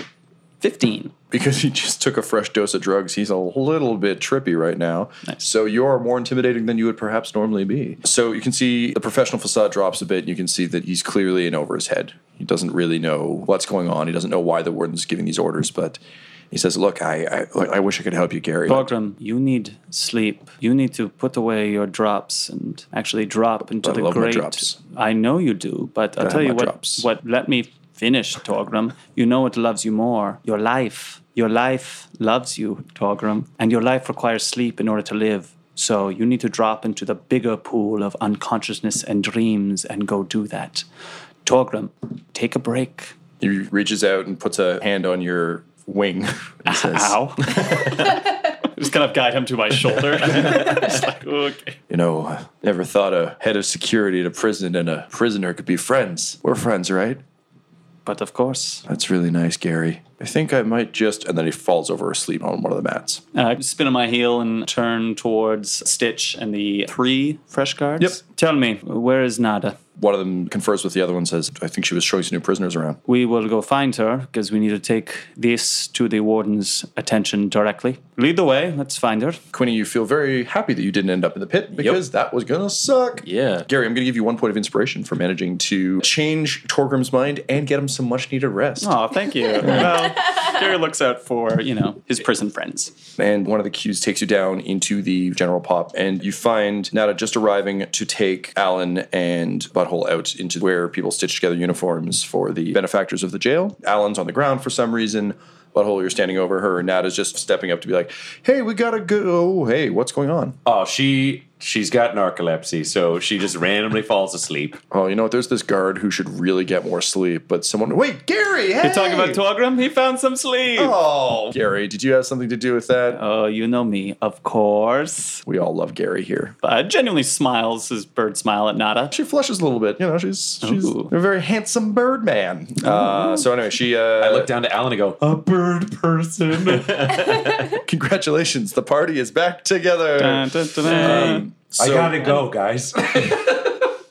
Speaker 3: 15.
Speaker 2: Because he just took a fresh dose of drugs, he's a little bit trippy right now. So you're more intimidating than you would perhaps normally be. So you can see the professional facade drops a bit. You can see that he's clearly in over his head. He doesn't really know what's going on. He doesn't know why the warden's giving these orders, but he says, "Look, I, I, look, I wish I could help you, Gary.
Speaker 3: Torgrim, you need sleep. You need to put away your drops and actually drop into
Speaker 2: I
Speaker 3: the
Speaker 2: love my
Speaker 3: great.
Speaker 2: drops.
Speaker 3: I know you do, but I'll
Speaker 2: I
Speaker 3: tell
Speaker 2: have
Speaker 3: you
Speaker 2: my
Speaker 3: what,
Speaker 2: drops.
Speaker 3: what. Let me finish, Torgrim. You know what loves you more? Your life. Your life loves you, Torgrim, and your life requires sleep in order to live. So you need to drop into the bigger pool of unconsciousness and dreams and go do that. Torgrim, take a break.
Speaker 2: He reaches out and puts a hand on your wing <laughs> and says,
Speaker 3: <laughs> Ow. Just kind of guide him to my shoulder. <laughs> Just like, okay.
Speaker 2: You know, I never thought a head of security at a prison and a prisoner could be friends. We're friends, right?
Speaker 3: But of course,
Speaker 2: That's really nice, Gary. I think I might just. And then he falls over asleep on one of the mats.
Speaker 3: uh, spin on my heel and turn towards Stitch and the three fresh guards.
Speaker 2: Yep.
Speaker 3: Tell me, where is Nada?
Speaker 2: One of them confers with the other one, says, I think she was showing some new prisoners around.
Speaker 3: We will go find her because we need to take this to the warden's attention directly. Lead the way. Let's find her.
Speaker 2: Quinny, you feel very happy that you didn't end up in the pit because that was going to suck.
Speaker 4: Yeah.
Speaker 2: Gary, I'm going to give you one point of inspiration for managing to change Torgrim's mind and get him some much needed rest.
Speaker 3: Oh, thank <laughs> you. well, Gary looks out for, you know, his prison friends.
Speaker 2: and one of the cues takes you down into the general pop, and you find Nada just arriving to take Alan and Butthole out into where people stitch together uniforms for the benefactors of the jail. Alan's on the ground for some reason. Butthole, you're standing over her, and Nada's just stepping up to be like, "Hey, we gotta go. Hey, what's going on? Uh,
Speaker 5: Oh, she she's got narcolepsy, so she just randomly falls asleep.
Speaker 2: Oh, you know what? There's this guard who should really get more sleep, but someone. Wait, Gary. Hey,
Speaker 3: You're talking about Torgrim? He found some sleep.
Speaker 2: Oh, Gary, did you have something to do with that?
Speaker 3: Oh, you know me, of course.
Speaker 2: we all love Gary here.
Speaker 3: Uh, genuinely smiles his bird smile at Nada.
Speaker 2: she flushes a little bit. You know, she's she's
Speaker 3: Ooh.
Speaker 2: a very handsome bird man. Uh, so anyway, she
Speaker 5: I
Speaker 2: uh,
Speaker 5: look down to Alan and go, a bird person.
Speaker 2: congratulations, the party is back together.
Speaker 3: Dun, dun, dun, dun.
Speaker 5: I
Speaker 2: So-
Speaker 5: gotta <laughs> go, guys.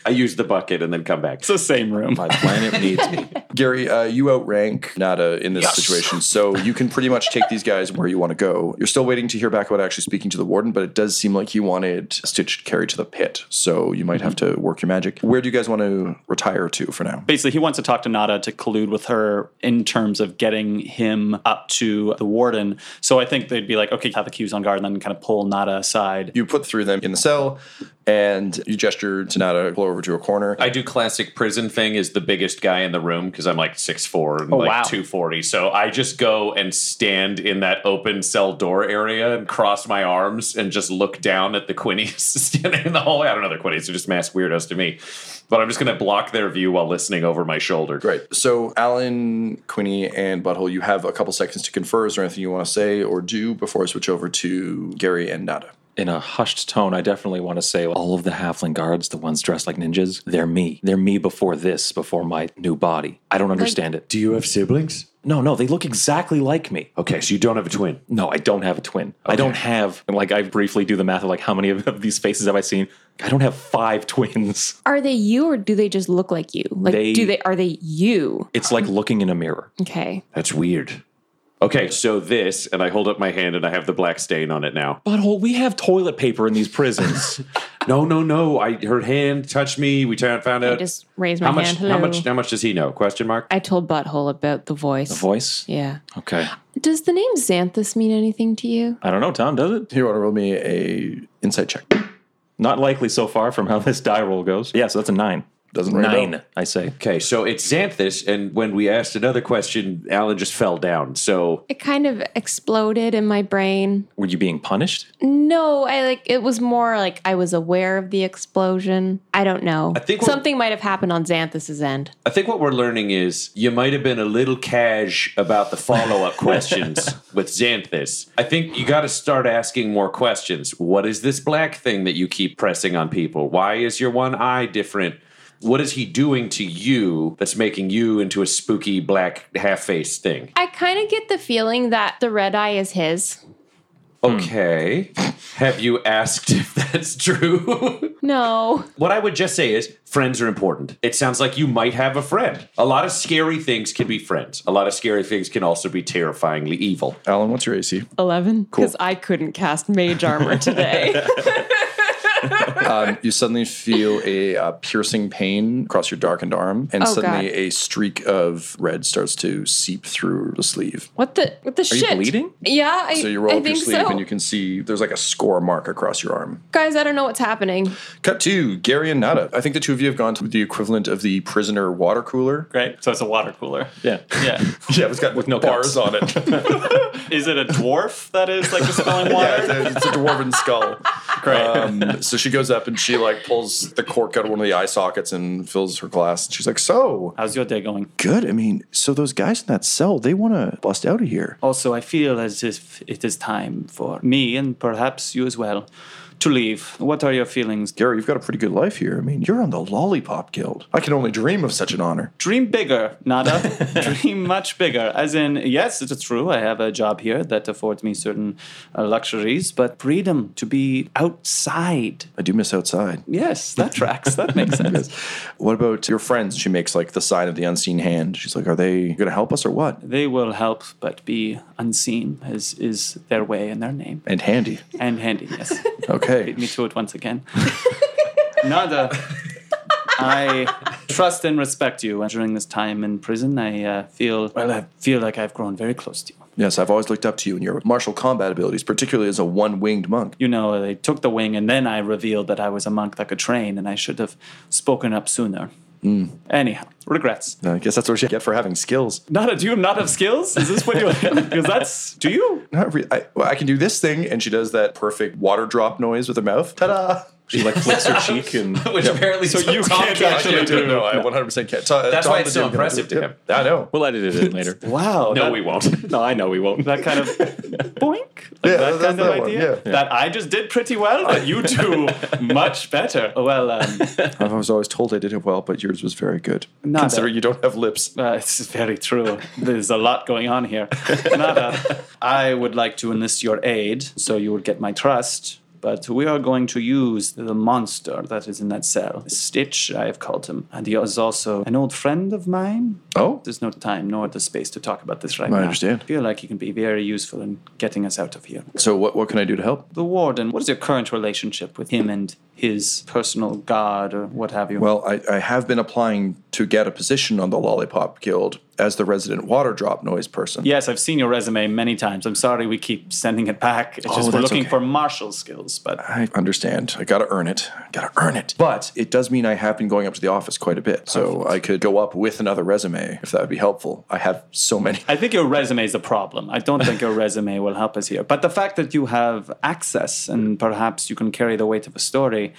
Speaker 5: I use the bucket and then come back.
Speaker 3: it's the same room.
Speaker 4: My planet needs me.
Speaker 2: Gary, uh, you outrank Nada in this situation, so you can pretty much take these guys where you want to go. You're still waiting to hear back about actually speaking to the warden, but it does seem like he wanted Stitch to carry to the pit, so you might have to work your magic. Where do you guys want to retire to for now?
Speaker 3: Basically, he wants to talk to Nada to collude with her in terms of getting him up to the warden. So I think they'd be like, okay, have the cues on guard and then kind of pull Nada aside.
Speaker 2: You put through them in the cell, and you gesture to Nada, pull her over to a corner.
Speaker 5: I do classic prison thing is the biggest guy in the room because I'm like 6'4 and like
Speaker 3: wow.
Speaker 5: 240. So I just go and stand in that open cell door area and cross my arms and just look down at the Quinnies <laughs> standing in the hallway. I don't know the Quinnies, they're just mass weirdos to me. But I'm just going to block their view while listening over my shoulder.
Speaker 2: Great. So, Alan, Quinny, and Butthole, you have a couple seconds to confer. Is there anything you want to say or do before I switch over to Gary and Nada?
Speaker 4: in a hushed tone, I definitely want to say all of the halfling guards, the ones dressed like ninjas, they're me. They're me before this, before my new body. I don't understand it.
Speaker 5: Do you have siblings?
Speaker 4: No, no, they look exactly like me.
Speaker 5: Okay, so you don't have a twin.
Speaker 4: No, I don't have a twin. I don't have, and, like, I briefly do the math of like how many of, of these faces have I seen. I don't have five twins.
Speaker 6: Are they you or do they just look like you? Like,
Speaker 4: They-
Speaker 6: do they, are they you?
Speaker 4: It's like looking in a mirror.
Speaker 6: Okay.
Speaker 5: That's weird. Okay, so this, and I hold up my hand and I have the black stain on it now.
Speaker 4: Butthole, we have toilet paper in these prisons.
Speaker 5: No, no, no. I her hand touched me. We found out
Speaker 6: I just raised my
Speaker 5: Uh, how much
Speaker 6: hand. Hello.
Speaker 5: how much how much does he know? Question mark.
Speaker 6: I told Butthole about the voice.
Speaker 4: Voice?
Speaker 6: Yeah.
Speaker 4: Okay.
Speaker 6: Does the name Xanthus mean anything to you?
Speaker 4: I don't know, Tom, does it?
Speaker 2: You want to roll me a insight check.
Speaker 4: Not likely so far from how this die roll goes. Yeah, so that's a nine.
Speaker 2: Doesn't ring a bell.
Speaker 4: Nine, I say.
Speaker 5: Okay, so it's Xanthus, and when we asked another question, Alan just fell down. So
Speaker 6: It kind of exploded in my brain.
Speaker 4: Were you being punished?
Speaker 6: No, I like it was more like I was aware of the explosion. I don't know. I
Speaker 5: think what-
Speaker 6: something might have happened on Xanthus's end.
Speaker 5: I think what we're learning is you might have been a little cash about the follow
Speaker 6: <laughs>
Speaker 5: up questions with Xanthus. I think you got to start asking more questions. What is this black thing that you keep pressing on people? Why is your one eye different? What is he doing to you that's making you into a spooky black half face thing?
Speaker 6: I kind of get the feeling that the red eye is his.
Speaker 5: Okay. Hmm. Have you asked if that's true? <laughs>
Speaker 6: No.
Speaker 5: What I would just say is friends are important. It sounds like you might have a friend. A lot of scary things can be friends. A lot of scary things can also be terrifyingly evil.
Speaker 2: Alan, what's your AC?
Speaker 6: 11 because I couldn't cast mage
Speaker 2: <laughs>
Speaker 6: armor today.
Speaker 2: Um, you suddenly feel a uh, piercing pain across your darkened arm, and
Speaker 6: Oh,
Speaker 2: suddenly
Speaker 6: God.
Speaker 2: a streak of red starts to seep through the sleeve.
Speaker 6: what the what the shit?
Speaker 4: bleeding?
Speaker 6: Yeah, I,
Speaker 2: So you roll
Speaker 6: I
Speaker 2: up your
Speaker 6: think
Speaker 2: sleeve,
Speaker 6: so.
Speaker 2: and you can see there's like a score mark across your arm.
Speaker 6: Guys, I don't know what's happening.
Speaker 2: Cut to Gary and Nada. I think the two of you have gone to the equivalent of the prisoner water cooler.
Speaker 8: Right? So it's a water
Speaker 3: <laughs>
Speaker 8: cooler.
Speaker 4: Yeah.
Speaker 8: Yeah.
Speaker 2: <laughs> Yeah, it's got with no bars on it.
Speaker 8: is it a dwarf that is like dispelling water?
Speaker 2: Yeah, it's a, it's a dwarven skull. Great. Um, so she goes up and she like pulls the cork out of one of the eye sockets and fills her glass. She's like, "So
Speaker 3: How's your day going?
Speaker 2: good. I mean, so those guys in that cell, they want to bust out of here.
Speaker 5: Oh.
Speaker 3: Also, I feel as if it is time for me and perhaps you as well to leave. What are your feelings?
Speaker 2: Gary, you've got a pretty good life here. I mean, you're on the Lollipop Guild. I can only dream of such an honor.
Speaker 3: Dream bigger, Nada. Dream much bigger. As in, yes, it's true. I have a job here that affords me certain uh, luxuries, but freedom to be outside.
Speaker 2: I do miss outside."
Speaker 3: Yes, that tracks. That makes sense.
Speaker 2: What about your friends? She makes like the sign of the unseen hand. She's like, "Are they going to help us or what?"
Speaker 3: They will help, but be unseen, as is their way and their name.
Speaker 2: And handy.
Speaker 3: And handy, yes.
Speaker 4: <laughs>
Speaker 2: Okay.
Speaker 3: me to it once again. Nada, I trust and respect you. And During this time in prison, I uh, feel well. I feel like I've grown very close to you.
Speaker 2: Yes, I've always looked up to you and your martial combat abilities, particularly as a one-winged monk.
Speaker 3: You know, they took the wing, and then I revealed that I was a monk that could train, and I should have spoken up sooner.
Speaker 2: Mm.
Speaker 3: Anyhow, regrets.
Speaker 2: I guess that's what you get for having skills.
Speaker 3: Nada, do you not have skills? Is this what you?
Speaker 2: <laughs>
Speaker 3: Because that's do you?
Speaker 2: Not re- I, well, I can do this thing, and she does that perfect water drop noise with her mouth. Ta-da!
Speaker 4: She
Speaker 5: <laughs>
Speaker 4: like flicks her cheek and
Speaker 5: <laughs> Which apparently so
Speaker 4: you can't actually
Speaker 2: I don't know. I 100% can't. Ta-
Speaker 5: That's
Speaker 2: Tom
Speaker 5: why it's so
Speaker 2: didn't get
Speaker 5: impressive
Speaker 2: it.
Speaker 5: to him.
Speaker 2: Yeah, I know.
Speaker 4: we'll edit it in later.
Speaker 3: Wow.
Speaker 5: No,
Speaker 3: that-
Speaker 5: we won't.
Speaker 4: no, I know we won't.
Speaker 3: That kind of boink, like
Speaker 2: Yeah,
Speaker 3: that
Speaker 2: that's
Speaker 3: kind of
Speaker 2: that one,
Speaker 3: idea.
Speaker 2: yeah. Yeah.
Speaker 3: That I just did pretty well, but
Speaker 2: <laughs>
Speaker 3: you do much better. Well, um,
Speaker 2: I was always told I did it well, but yours was very good.
Speaker 3: Not
Speaker 2: Considering
Speaker 3: bad.
Speaker 2: you don't have lips.
Speaker 3: Uh, <laughs> it's very true. There's a lot going on here.
Speaker 2: <laughs>
Speaker 3: Nada, I would like to enlist your aid so you would get my trust. But we are going to use the monster that is in that cell. Stitch, I have called him. And he is also an old friend of mine.
Speaker 2: Oh,
Speaker 3: There's no time nor the space to talk about this right
Speaker 2: I
Speaker 3: now.
Speaker 2: understand.
Speaker 3: I feel like he can be very useful in getting us out of here.
Speaker 2: so what, what can I do to help?
Speaker 3: The warden, what is your current relationship with him and his personal guard or what have you?
Speaker 2: Well, I, I have been applying to get a position on the Lollipop Guild as the resident water drop noise person.
Speaker 3: Yes, I've seen your resume many times. I'm sorry we keep sending it back. It's just we're
Speaker 2: Oh, that's
Speaker 3: looking
Speaker 2: okay.
Speaker 3: for martial skills, but
Speaker 2: I understand. I gotta earn it. I gotta earn it. But it does mean I have been going up to the office quite a bit. So I could go up with another resume if that would be helpful. I have so many. <laughs>
Speaker 3: I think your resume is the problem. I don't think your resume will help us here. But the fact that you have access and perhaps you can carry the weight of a story,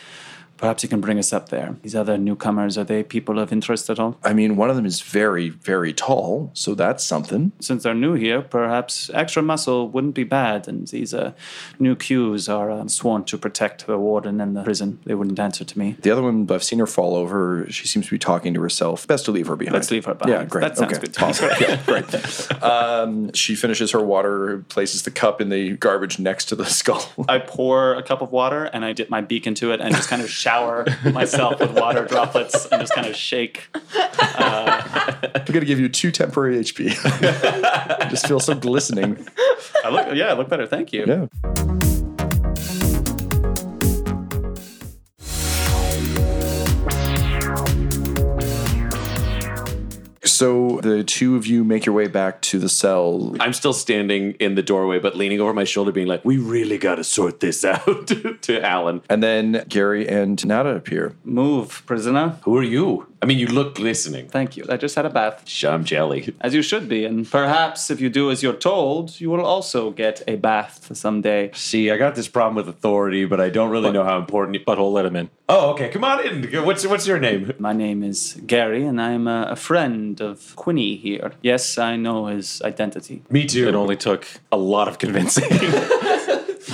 Speaker 3: perhaps you can bring us up there. These other newcomers, are they people of interest at all?
Speaker 2: I mean, one of them is very, very tall, so that's something.
Speaker 3: Since they're new here, perhaps extra muscle wouldn't be bad. And these uh, new cues are um, sworn to protect the warden and the prison. They wouldn't answer to me.
Speaker 2: The other one, I've seen her fall over. She seems to be talking to herself. Best to leave her behind.
Speaker 3: Let's leave her behind.
Speaker 2: Yeah, great.
Speaker 3: That sounds
Speaker 2: okay.
Speaker 3: good to me. <laughs>
Speaker 2: yeah, great. Um, she finishes her water, places the cup in the garbage next to the <laughs> skull.
Speaker 3: I pour a cup of water and I dip my beak into it and just kind of <laughs> shower myself with water droplets and just kind of shake.
Speaker 2: I'm going to give you two temporary HP. I <laughs> just feel so glistening.
Speaker 3: I look, yeah, I look better. Thank you.
Speaker 2: Yeah. So the two of you make your way back to the cell.
Speaker 5: <laughs> I'm still standing in the doorway, but leaning over my shoulder, being like, "We really got to sort this <laughs> out." to Alan,
Speaker 2: And then Gary and Nada appear.
Speaker 3: Move, prisoner.
Speaker 5: who are you? I mean, you look glistening.
Speaker 3: Thank you. I just had a bath.
Speaker 5: Shum jelly.
Speaker 3: As you should be, and perhaps if you do as you're told, you will also get a bath someday.
Speaker 5: See, I got this problem with authority, but I don't really know how important. You-
Speaker 4: Butthole, let him in.
Speaker 5: oh, okay, come on in. What's what's your name?
Speaker 3: My name is Gary, and I'm a, a friend of Quinny here. Yes, I know his identity. <laughs>
Speaker 5: Me too.
Speaker 4: It only took a lot of convincing.
Speaker 5: <laughs>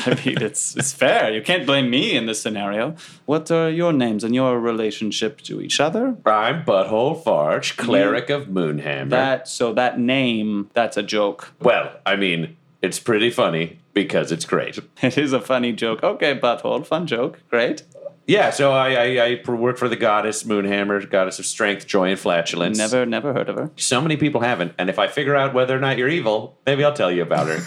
Speaker 3: I mean, it's, it's fair. You can't blame me in this scenario. What are your names and your relationship to each other?
Speaker 5: I'm Butthole Farge, cleric of Moonhammer.
Speaker 3: That so that name, that's a joke. <laughs>
Speaker 5: well, I mean, it's pretty funny because it's great.
Speaker 3: It is a funny joke. Okay, butthole, fun joke. Great.
Speaker 5: Yeah, so I, I, I pr- work for the goddess Moonhammer, goddess of strength, joy, and flatulence.
Speaker 3: Never never heard of her.
Speaker 5: So many people haven't, and if I figure out whether or not you're evil, maybe I'll tell you about <laughs> her.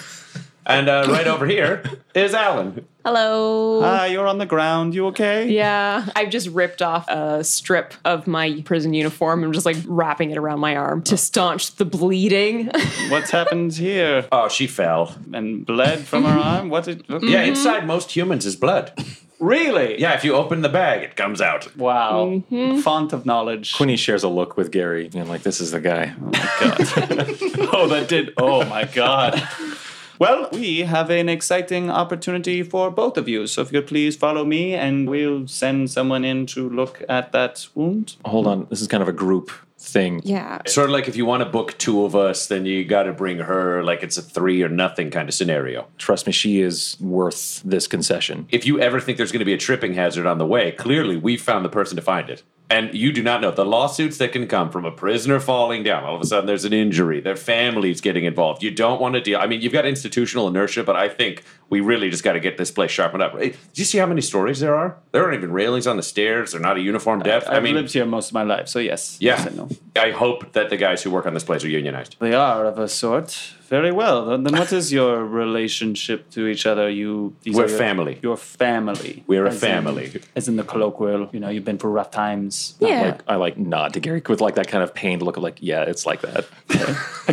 Speaker 5: and uh, right over here is Alan.
Speaker 6: Hello.
Speaker 3: Ah, you're on the ground. You okay?
Speaker 6: Yeah, I've just ripped off a strip of my prison uniform. I'm just like wrapping it around my arm to staunch the bleeding. <laughs>
Speaker 3: <laughs> What's happened here?
Speaker 5: Oh, she fell.
Speaker 3: And bled from her arm? What did
Speaker 5: Yeah, inside most humans is blood.
Speaker 3: Really?
Speaker 5: Yeah, if you open the bag, it comes out.
Speaker 3: Wow. Mm-hmm. Font of knowledge.
Speaker 4: Quinny shares a look with Gary and like, this is the guy.
Speaker 3: Oh, that did. Oh my <laughs> God. Well, we have an exciting opportunity for both of you. So if you could please follow me, and we'll send someone in to look at that wound.
Speaker 4: Hold on, this is kind of a group thing.
Speaker 6: yeah.
Speaker 5: Sort of like if you want to book two of us, then you got to bring her, like it's a three or nothing kind of scenario.
Speaker 4: Trust me, she is worth this concession.
Speaker 5: If you ever think there's going to be a tripping hazard on the way, clearly we found the person to find it. And you do not know the lawsuits that can come from a prisoner falling down. All of a sudden, there's an injury. Their family's getting involved. You don't want to deal. I mean, you've got institutional inertia, but I think we really just got to get this place sharpened up. Hey, Do you see how many stories there are? There aren't even railings on the stairs. They're not a uniform depth. I,
Speaker 3: I've
Speaker 5: mean,
Speaker 3: lived here most of my life, so yes.
Speaker 5: yeah.
Speaker 3: Yes, I know.
Speaker 5: I hope that the guys who work on this place are unionized.
Speaker 3: They are of a sort. Very well. Then then what is your relationship to each other? You these
Speaker 5: We're
Speaker 3: are your-
Speaker 5: family.
Speaker 3: Your family.
Speaker 5: We're a
Speaker 3: As in-
Speaker 5: family.
Speaker 3: as in the colloquial, you know, you've been through rough times.
Speaker 6: Yeah.
Speaker 4: Like I like nod to Gary with like that kind of pained look of like, yeah, it's like
Speaker 2: <laughs>
Speaker 4: that.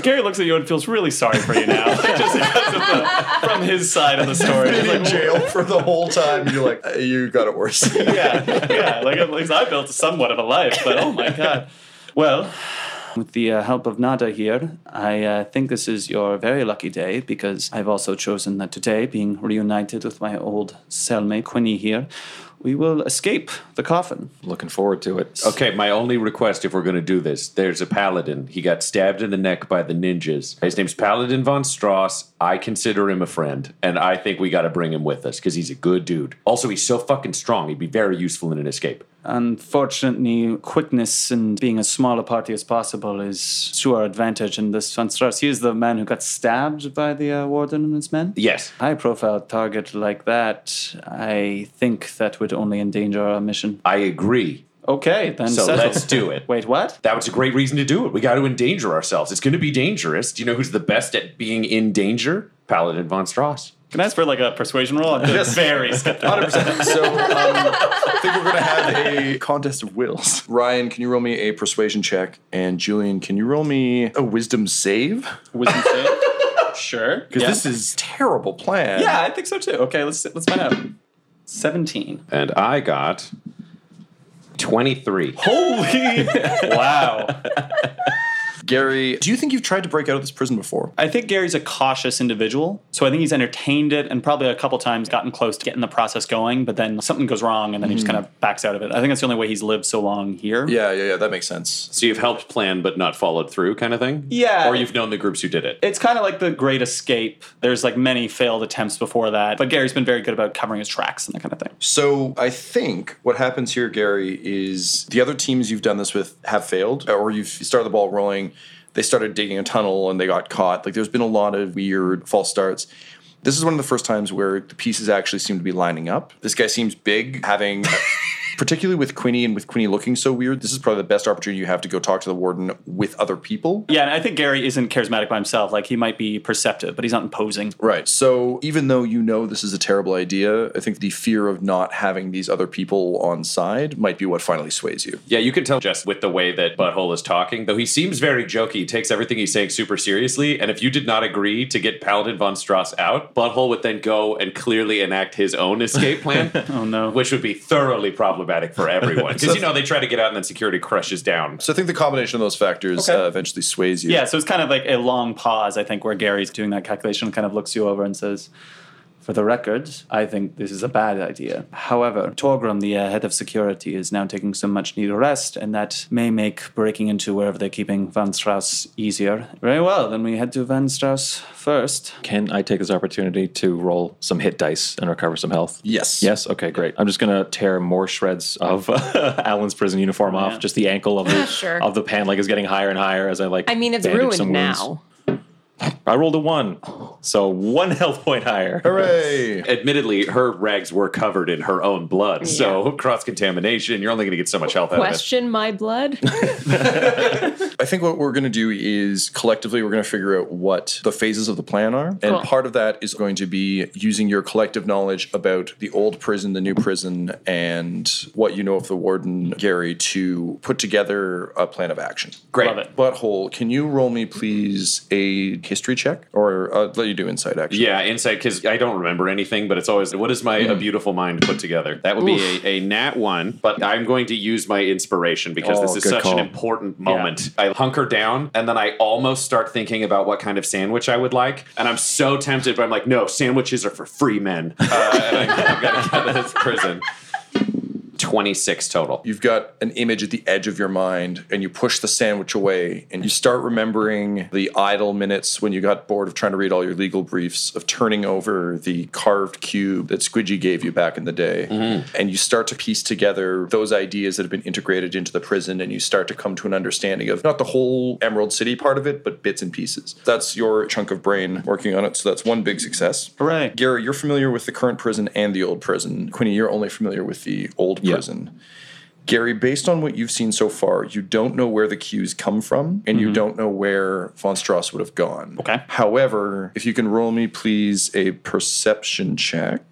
Speaker 8: Gary looks at you and feels really sorry for you
Speaker 3: <laughs>
Speaker 8: now, just because of the, from his side of the story. It's like,
Speaker 2: jail for the whole time. You're like, <laughs> you got it <laughs> worse.
Speaker 8: yeah, yeah. Like at least I built somewhat of a life, but oh my god.
Speaker 3: Well, with the uh, help of Nada here, I uh, think this is your very lucky day because I've also chosen that today, being reunited with my old cellmate Quinny here, we will escape the coffin.
Speaker 4: Looking forward to it.
Speaker 5: Okay, my only request if we're going to do this, there's a paladin. He got stabbed in the neck by the ninjas. His name's Paladin von Strauss. I consider him a friend, and I think we got to bring him with us because he's a good dude. Also, he's so fucking strong. He'd be very useful in an escape.
Speaker 3: Unfortunately, quickness and being as small a party as possible is to our advantage. And this Van Strauss, he is the man who got stabbed by the uh, warden and his men.
Speaker 5: Yes.
Speaker 3: High profile target like that, I think that would only endanger our mission.
Speaker 5: I agree.
Speaker 3: Okay, then
Speaker 5: So
Speaker 3: settled.
Speaker 5: let's do it.
Speaker 3: <laughs> Wait, what?
Speaker 5: That was a great reason to do it. We got to endanger ourselves. It's going to be dangerous. Do you know who's the best at being in danger? Paladin von Strauss.
Speaker 8: Can I ask for like a persuasion roll? I'm very skeptical.
Speaker 2: 100%. So um, I think we're going to have a contest of wills. Ryan, can you roll me a persuasion check? And Julian, can you roll me a wisdom save?
Speaker 8: Wisdom save. Sure.
Speaker 2: Because this is terrible plan.
Speaker 8: Yeah, I think so too. Okay, let's let's find out.
Speaker 3: 17.
Speaker 5: And I got 23.
Speaker 8: <laughs> Holy wow!
Speaker 2: Gary, do you think you've tried to break out of this prison before?
Speaker 8: I think Gary's a cautious individual, so I think he's entertained it and probably a couple times gotten close to getting the process going, but then something goes wrong and then he just kind of backs out of it. I think that's the only way he's lived so long here.
Speaker 2: Yeah, yeah, yeah. That makes sense.
Speaker 5: So you've helped plan but not followed through kind of thing?
Speaker 8: Yeah.
Speaker 5: Or you've known the groups who did it?
Speaker 8: It's kind of like the Great Escape. There's like many failed attempts before that, but Gary's been very good about covering his tracks and that kind of thing.
Speaker 2: So I think what happens here, Gary, is the other teams you've done this with have failed, or you've started the ball rolling. They started digging a tunnel and they got caught. Like there's been a lot of weird false starts. This is one of the first times where the pieces actually seem to be lining up. This guy seems big, having <laughs> particularly with Quinny and with Quinny looking so weird, this is probably the best opportunity you have to go talk to the warden with other people.
Speaker 8: Yeah, and I think Gary isn't charismatic by himself. Like he might be perceptive, but he's not imposing.
Speaker 2: Right. So even though you know this is a terrible idea, I think the fear of not having these other people on side might be what finally sways you.
Speaker 5: Yeah, you can tell just with the way that Butthole is talking, though he seems very jokey, he takes everything he's saying super seriously. And if you did not agree to get Paladin von Strauss out, Butthole would then go and clearly enact his own
Speaker 8: <laughs>
Speaker 5: escape plan. oh,
Speaker 8: no.
Speaker 5: Which would be thoroughly problematic
Speaker 8: <laughs>
Speaker 5: for everyone. Because, you know, they try to get out and then security crushes down.
Speaker 2: So I think the combination of those factors uh, eventually sways you.
Speaker 8: Yeah, so it's kind of like a long pause, I think, where Gary's doing that calculation, kind of looks you over and says, For the record, I think this is a bad idea. However, Torgrim, the uh, head of security, is now taking some much needed rest, and that may make breaking into wherever they're keeping Van Strauss easier. Very well, then we head to Van Strauss first.
Speaker 4: Can I take this opportunity to roll some hit dice and recover some health?
Speaker 2: Yes.
Speaker 4: Yes. Okay. Great. I'm just gonna tear more shreds of <laughs> Alan's prison uniform off. Just the ankle of the
Speaker 6: <laughs> Sure.
Speaker 4: of the pan leg is getting higher and higher as I like.
Speaker 6: I mean, it's
Speaker 4: bandage
Speaker 6: ruined
Speaker 4: some wounds.
Speaker 6: now.
Speaker 4: I rolled a one, so one <laughs> health point higher.
Speaker 2: Hooray!
Speaker 5: Admittedly, her rags were covered in her own blood. So cross contamination, you're only going to get so much health out of it.
Speaker 6: Question my blood.
Speaker 2: I think what we're going to do is collectively we're going to figure out what the phases of the plan are. And
Speaker 6: Cool.
Speaker 2: part of that is going to be using your collective knowledge about the old prison, the new prison, and what you know of the warden, Gary, to put together a plan of action.
Speaker 5: Great.
Speaker 8: Love it.
Speaker 2: Butthole, can you roll me, please, a history check? Or uh, let you do insight, actually.
Speaker 5: Yeah, insight because I don't remember anything, but it's always what is my a
Speaker 4: Hmm.
Speaker 5: beautiful mind put together. That would be a, a nat one, but I'm going to use my inspiration because
Speaker 4: Oh,
Speaker 5: this is
Speaker 4: good
Speaker 5: such
Speaker 4: call.
Speaker 5: an important moment. I hunker down and then I almost start thinking about what kind of sandwich I would like, and I'm so tempted, but I'm like, no, sandwiches are for free men, uh, and I'm, I'm gonna get out of this prison. Twenty six total.
Speaker 2: You've got an image at the edge of your mind, and you push the sandwich away, and you start remembering the idle minutes when you got bored of trying to read all your legal briefs, of turning over the carved cube that Squidgy gave you back in the day. And you start to piece together those ideas that have been integrated into the prison, and you start to come to an understanding of not the whole Emerald City part of it, but bits and pieces. That's your chunk of brain working on it, so that's one big success.
Speaker 8: Hooray.
Speaker 2: Gary, you're familiar with the current prison and the old prison. Quinny, you're only familiar with the old prison. Gary, based on what you've seen so far, you don't know where the cues come from, and you don't know where Von Strauss would have gone.
Speaker 8: Mm-hmm. Okay.
Speaker 2: However, if you can roll me, please, a perception check.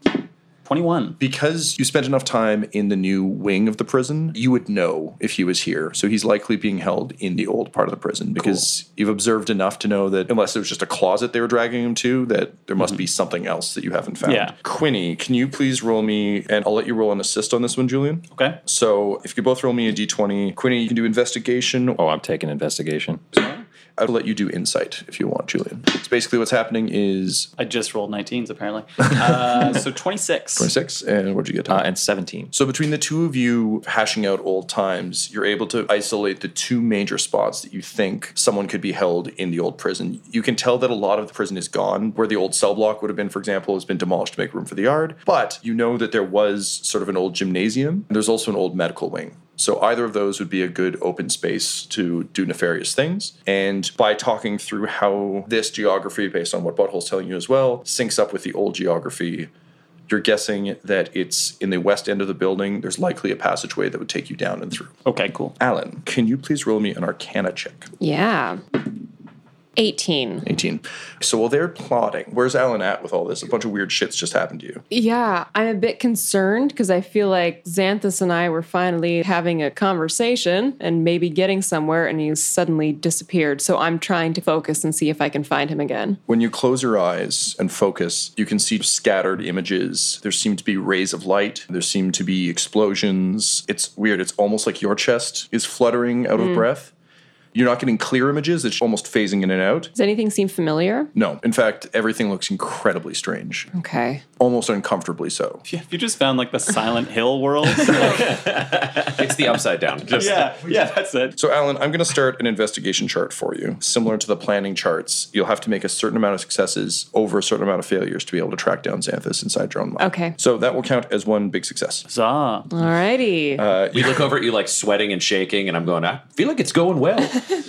Speaker 8: 21.
Speaker 2: Because you spent enough time in the new wing of the prison, you would know if he was here. So he's likely being held in the old part of the prison because you've observed enough to know that unless it was just a closet they were dragging him to, that there must be something else that you haven't found.
Speaker 8: Mm-hmm. Yeah.
Speaker 2: Quinny, can you please roll me, and I'll let you roll an assist on this one, Julian?
Speaker 8: Okay.
Speaker 2: So if you both roll me a d20, Quinny, you can do investigation.
Speaker 4: Oh, I'm taking investigation.
Speaker 2: I'll let you do insight if you want, Julian. It's basically what's happening is
Speaker 8: I just rolled 19s, apparently. Uh, so 26.
Speaker 2: six, and what'd you get?
Speaker 4: Uh, and 17.
Speaker 2: So between the two of you hashing out old times, you're able to isolate the two major spots that you think someone could be held in the old prison. You can tell that a lot of the prison is gone, where the old cell block would have been, for example, has been demolished to make room for the yard. But you know that there was sort of an old gymnasium. and There's also an old medical wing. So either of those would be a good open space to do nefarious things. And by talking through how this geography, based on what Butthole's telling you as well, syncs up with the old geography, you're guessing that it's in the west end of the building. There's likely a passageway that would take you down and through.
Speaker 8: Okay, cool.
Speaker 2: Alan, can you please roll me an arcana check?
Speaker 6: yeah. 18.
Speaker 2: 18. So while they're plotting, where's Alan at with all this? A bunch of weird shit's just happened to you.
Speaker 6: Yeah, I'm a bit concerned because I feel like Xanthus and I were finally having a conversation and maybe getting somewhere, and he suddenly disappeared. So I'm trying to focus and see if I can find him again.
Speaker 2: When you close your eyes and focus, you can see scattered images. There seem to be rays of light. There seem to be explosions. It's weird. It's almost like your chest is fluttering out of breath. You're not getting clear images. It's almost phasing in and out.
Speaker 6: Does anything seem familiar?
Speaker 2: No. In fact, everything looks incredibly strange,
Speaker 6: Okay.
Speaker 2: almost uncomfortably so.
Speaker 8: Yeah, if you just found like the Silent Hill world.
Speaker 5: It's the
Speaker 4: <laughs>
Speaker 5: upside down. Just
Speaker 8: yeah, yeah, that's it.
Speaker 2: So, Alan, I'm going to start an investigation chart for you. Similar to the planning charts, you'll have to make a certain amount of successes over a certain amount of failures to be able to track down Xanthus inside your own mind.
Speaker 6: Okay.
Speaker 2: So that will count as one big success.
Speaker 8: Zah.
Speaker 6: Alrighty.
Speaker 5: we look over at you like sweating and shaking, and I'm going. I feel like it's going well.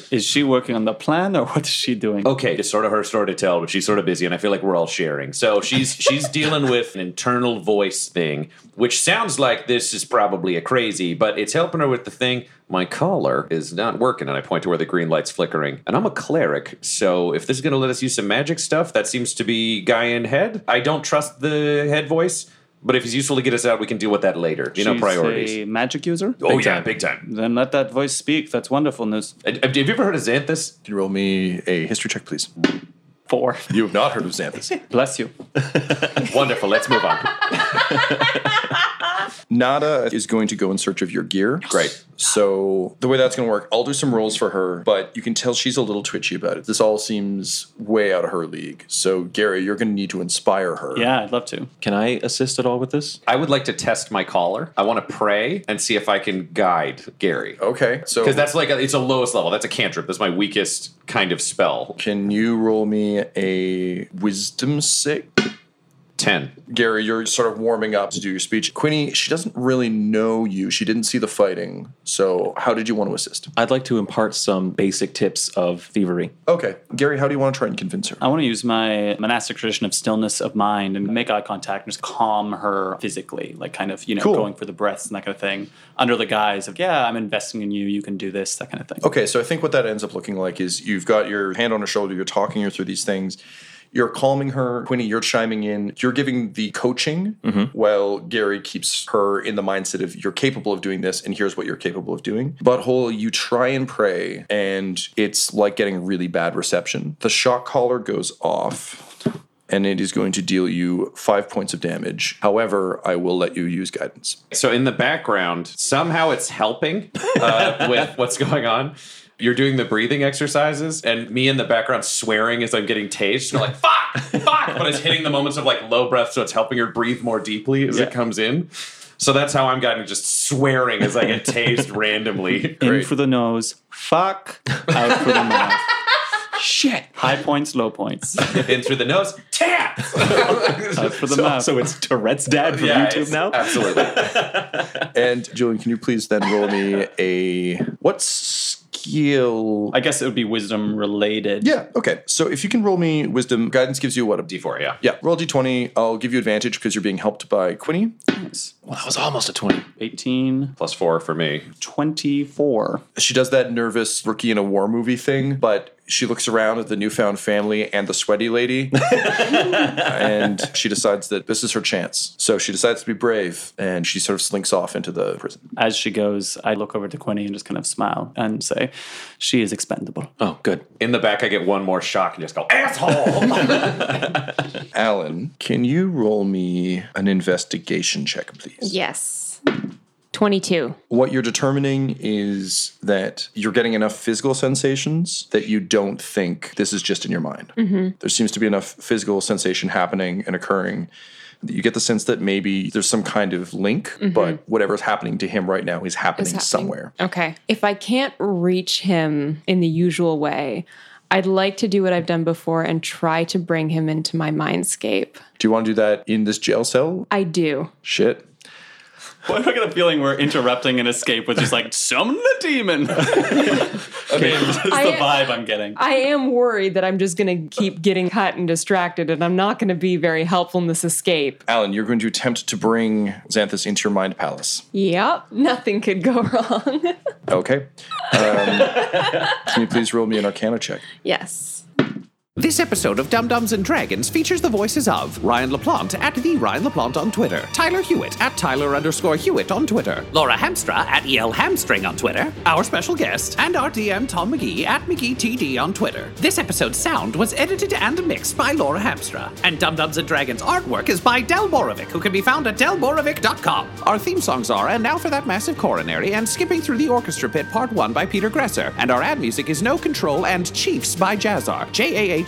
Speaker 8: Is she working on the plan or <laughs> what is she doing?
Speaker 5: okay, it's sort of her story to tell, but she's sort of busy, and I feel like we're all sharing. So she's she's dealing with an internal voice thing, which sounds like this is probably a crazy, but it's helping her with the thing. My collar is not working, and I point to where the green light's flickering. And I'm a cleric, so if this is going to let us use some magic stuff, that seems to be guy in head. I don't trust the head voice, but if it's useful to get us out, we can deal with that later. You know,
Speaker 8: She's
Speaker 5: priorities.
Speaker 8: a magic user?
Speaker 5: oh yeah, big time.
Speaker 8: Then let that voice speak. That's wonderful news.
Speaker 5: Uh, Have you ever heard of Xanthus?
Speaker 2: Can you roll me a history check, please?
Speaker 8: Four. <laughs>
Speaker 2: You have not heard of Xanthus.
Speaker 8: Bless you.
Speaker 5: Wonderful. Let's move on.
Speaker 2: <laughs> Nada is going to go in search of your gear. Great. So the way that's going to work, I'll do some rolls for her, but you can tell she's a little twitchy about it. This all seems way out of her league. So Gary, you're going to need to inspire her.
Speaker 8: Yeah, I'd love to.
Speaker 4: Can I assist at all with this?
Speaker 5: I would like to test my collar. I want to pray and see if I can guide Gary.
Speaker 2: Okay. Oh, So
Speaker 5: Because that's like, a, it's a lowest level. That's a cantrip. That's my weakest kind of spell.
Speaker 2: Can you roll me a wisdom save?
Speaker 5: 10.
Speaker 2: Gary, you're sort of warming up to do your speech. Quinny, she doesn't really know you. She didn't see the fighting. So, how did you want to assist?
Speaker 4: I'd like to impart some basic tips of thievery.
Speaker 2: Okay. Gary, how do you want to try and convince her?
Speaker 8: I want to use my monastic tradition of stillness of mind and make eye contact and just calm her physically, like kind of, you know,
Speaker 2: Cool.
Speaker 8: going for the breaths and that kind of thing, under the guise of, yeah, I'm investing in you, you can do this, that kind of thing.
Speaker 2: Okay, so I think what that ends up looking like is you've got your hand on her shoulder, you're talking her through these things. You're calming her, Quinny. You're chiming in. You're giving the coaching while Gary keeps her in the mindset of you're capable of doing this, and here's what you're capable of doing. Butthole, you try and pray, and it's like getting really bad reception. The shock collar goes off, and it is going to deal you five points of damage. However, I will let you use guidance.
Speaker 5: So in the background, somehow it's helping uh, with what's going on. You're doing the breathing exercises, and me in the background swearing as I'm getting tased. And I'm like, fuck, fuck. But it's hitting the moments of like low breath, so it's helping her breathe more deeply as it comes in. So that's how I'm guiding, just swearing as I get tased randomly.
Speaker 8: In for the nose, fuck, out for the mouth.
Speaker 4: <laughs>
Speaker 8: Shit. High points, low points.
Speaker 5: in through the nose, tap <laughs>
Speaker 8: Out for the
Speaker 4: so,
Speaker 8: mouth. uh,
Speaker 4: so it's Tourette's dad from YouTube now?
Speaker 5: Absolutely.
Speaker 2: And Julian, can you please then roll me a what skill?
Speaker 8: I guess it would be wisdom related.
Speaker 2: Yeah. Okay. So if you can roll me wisdom, guidance gives you what a d.
Speaker 5: D4, yeah.
Speaker 2: Yeah. Roll d20. I'll give you advantage because you're being helped by Quinny.
Speaker 4: Well, that was almost a 20.
Speaker 8: 18,
Speaker 5: Plus four for me.
Speaker 8: 24.
Speaker 2: She does that nervous rookie in a war movie thing, but she looks around at the newfound family and the sweaty lady, and she decides that this is her chance. So she decides to be brave, and she sort of slinks off into the prison.
Speaker 8: As she goes, I look over to Quinny and just kind of smile and say, she is expendable.
Speaker 4: Oh, good.
Speaker 5: In the back, I get one more shock and just go, asshole!
Speaker 2: Alan, can you roll me an investigation check, please?
Speaker 9: Yes. 22.
Speaker 2: what you're determining is that you're getting enough physical sensations that you don't think this is just in your mind. There seems to be enough physical sensation happening and occurring that you get the sense that maybe there's some kind of link, but whatever's happening to him right now is happening,
Speaker 9: happening.
Speaker 2: somewhere.
Speaker 9: Okay.
Speaker 6: if I can't reach him in the usual way, I'd like to do what I've done before and try to bring him into my mindscape.
Speaker 2: Do you want to do that in this jail cell?
Speaker 6: I do.
Speaker 2: Shit.
Speaker 8: Why do <laughs> I get a feeling we're interrupting an escape with just like summon the demon? <laughs> okay, that's the
Speaker 6: I-
Speaker 8: vibe I'm getting.
Speaker 6: I am worried that I'm just going to keep getting cut and distracted, and I'm not going to be very helpful in this escape.
Speaker 2: <laughs> Alan, you're going to attempt to bring Xanthus into your mind palace.
Speaker 6: Yep, nothing could go <laughs> wrong.
Speaker 2: Okay. Um, can you please roll me an arcana check?
Speaker 9: Yes.
Speaker 1: This episode of Dum Dums and Dragons features the voices of Ryan LaPlante at the Ryan LaPlante on Twitter, Tyler Hewitt at Tyler underscore Hewitt on Twitter, Laura Hamstra at EL Hamstring on Twitter, our special guest, and our DM Tom McGee at McGeeTD on Twitter. This episode's sound was edited and mixed by Laura Hamstra, and Dum Dums and Dragons artwork is by Del Borovic, who can be found at delborovic.com. Our theme songs are And Now for That Massive Coronary and Skipping Through the Orchestra Pit Part 1 by Peter Gresser, and our ad music is No Control and Chiefs by Jazzar, J A H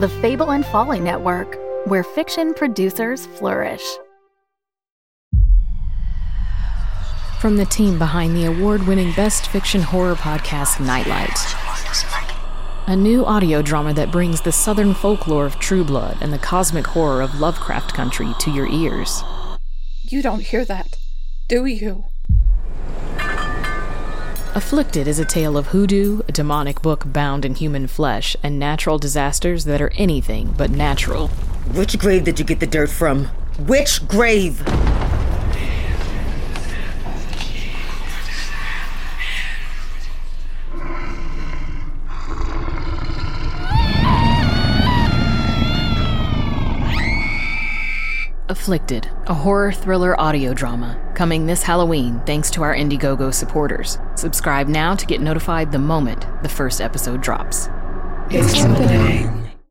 Speaker 10: The Fable and Folly Network, where fiction producers flourish.
Speaker 11: From the team behind the award winning Best Fiction Horror podcast, Nightlight, a new audio drama that brings the southern folklore of True Blood and the cosmic horror of Lovecraft Country to your ears.
Speaker 12: You don't hear that, do you?
Speaker 11: Afflicted is a tale of hoodoo, a demonic book bound in human flesh, and natural disasters that are anything but natural.
Speaker 13: Which grave did you get the dirt from? Which grave?
Speaker 11: Afflicted, a horror thriller audio drama, coming this Halloween thanks to our Indiegogo supporters. Subscribe now to get notified the moment the first episode drops.
Speaker 14: It's happening.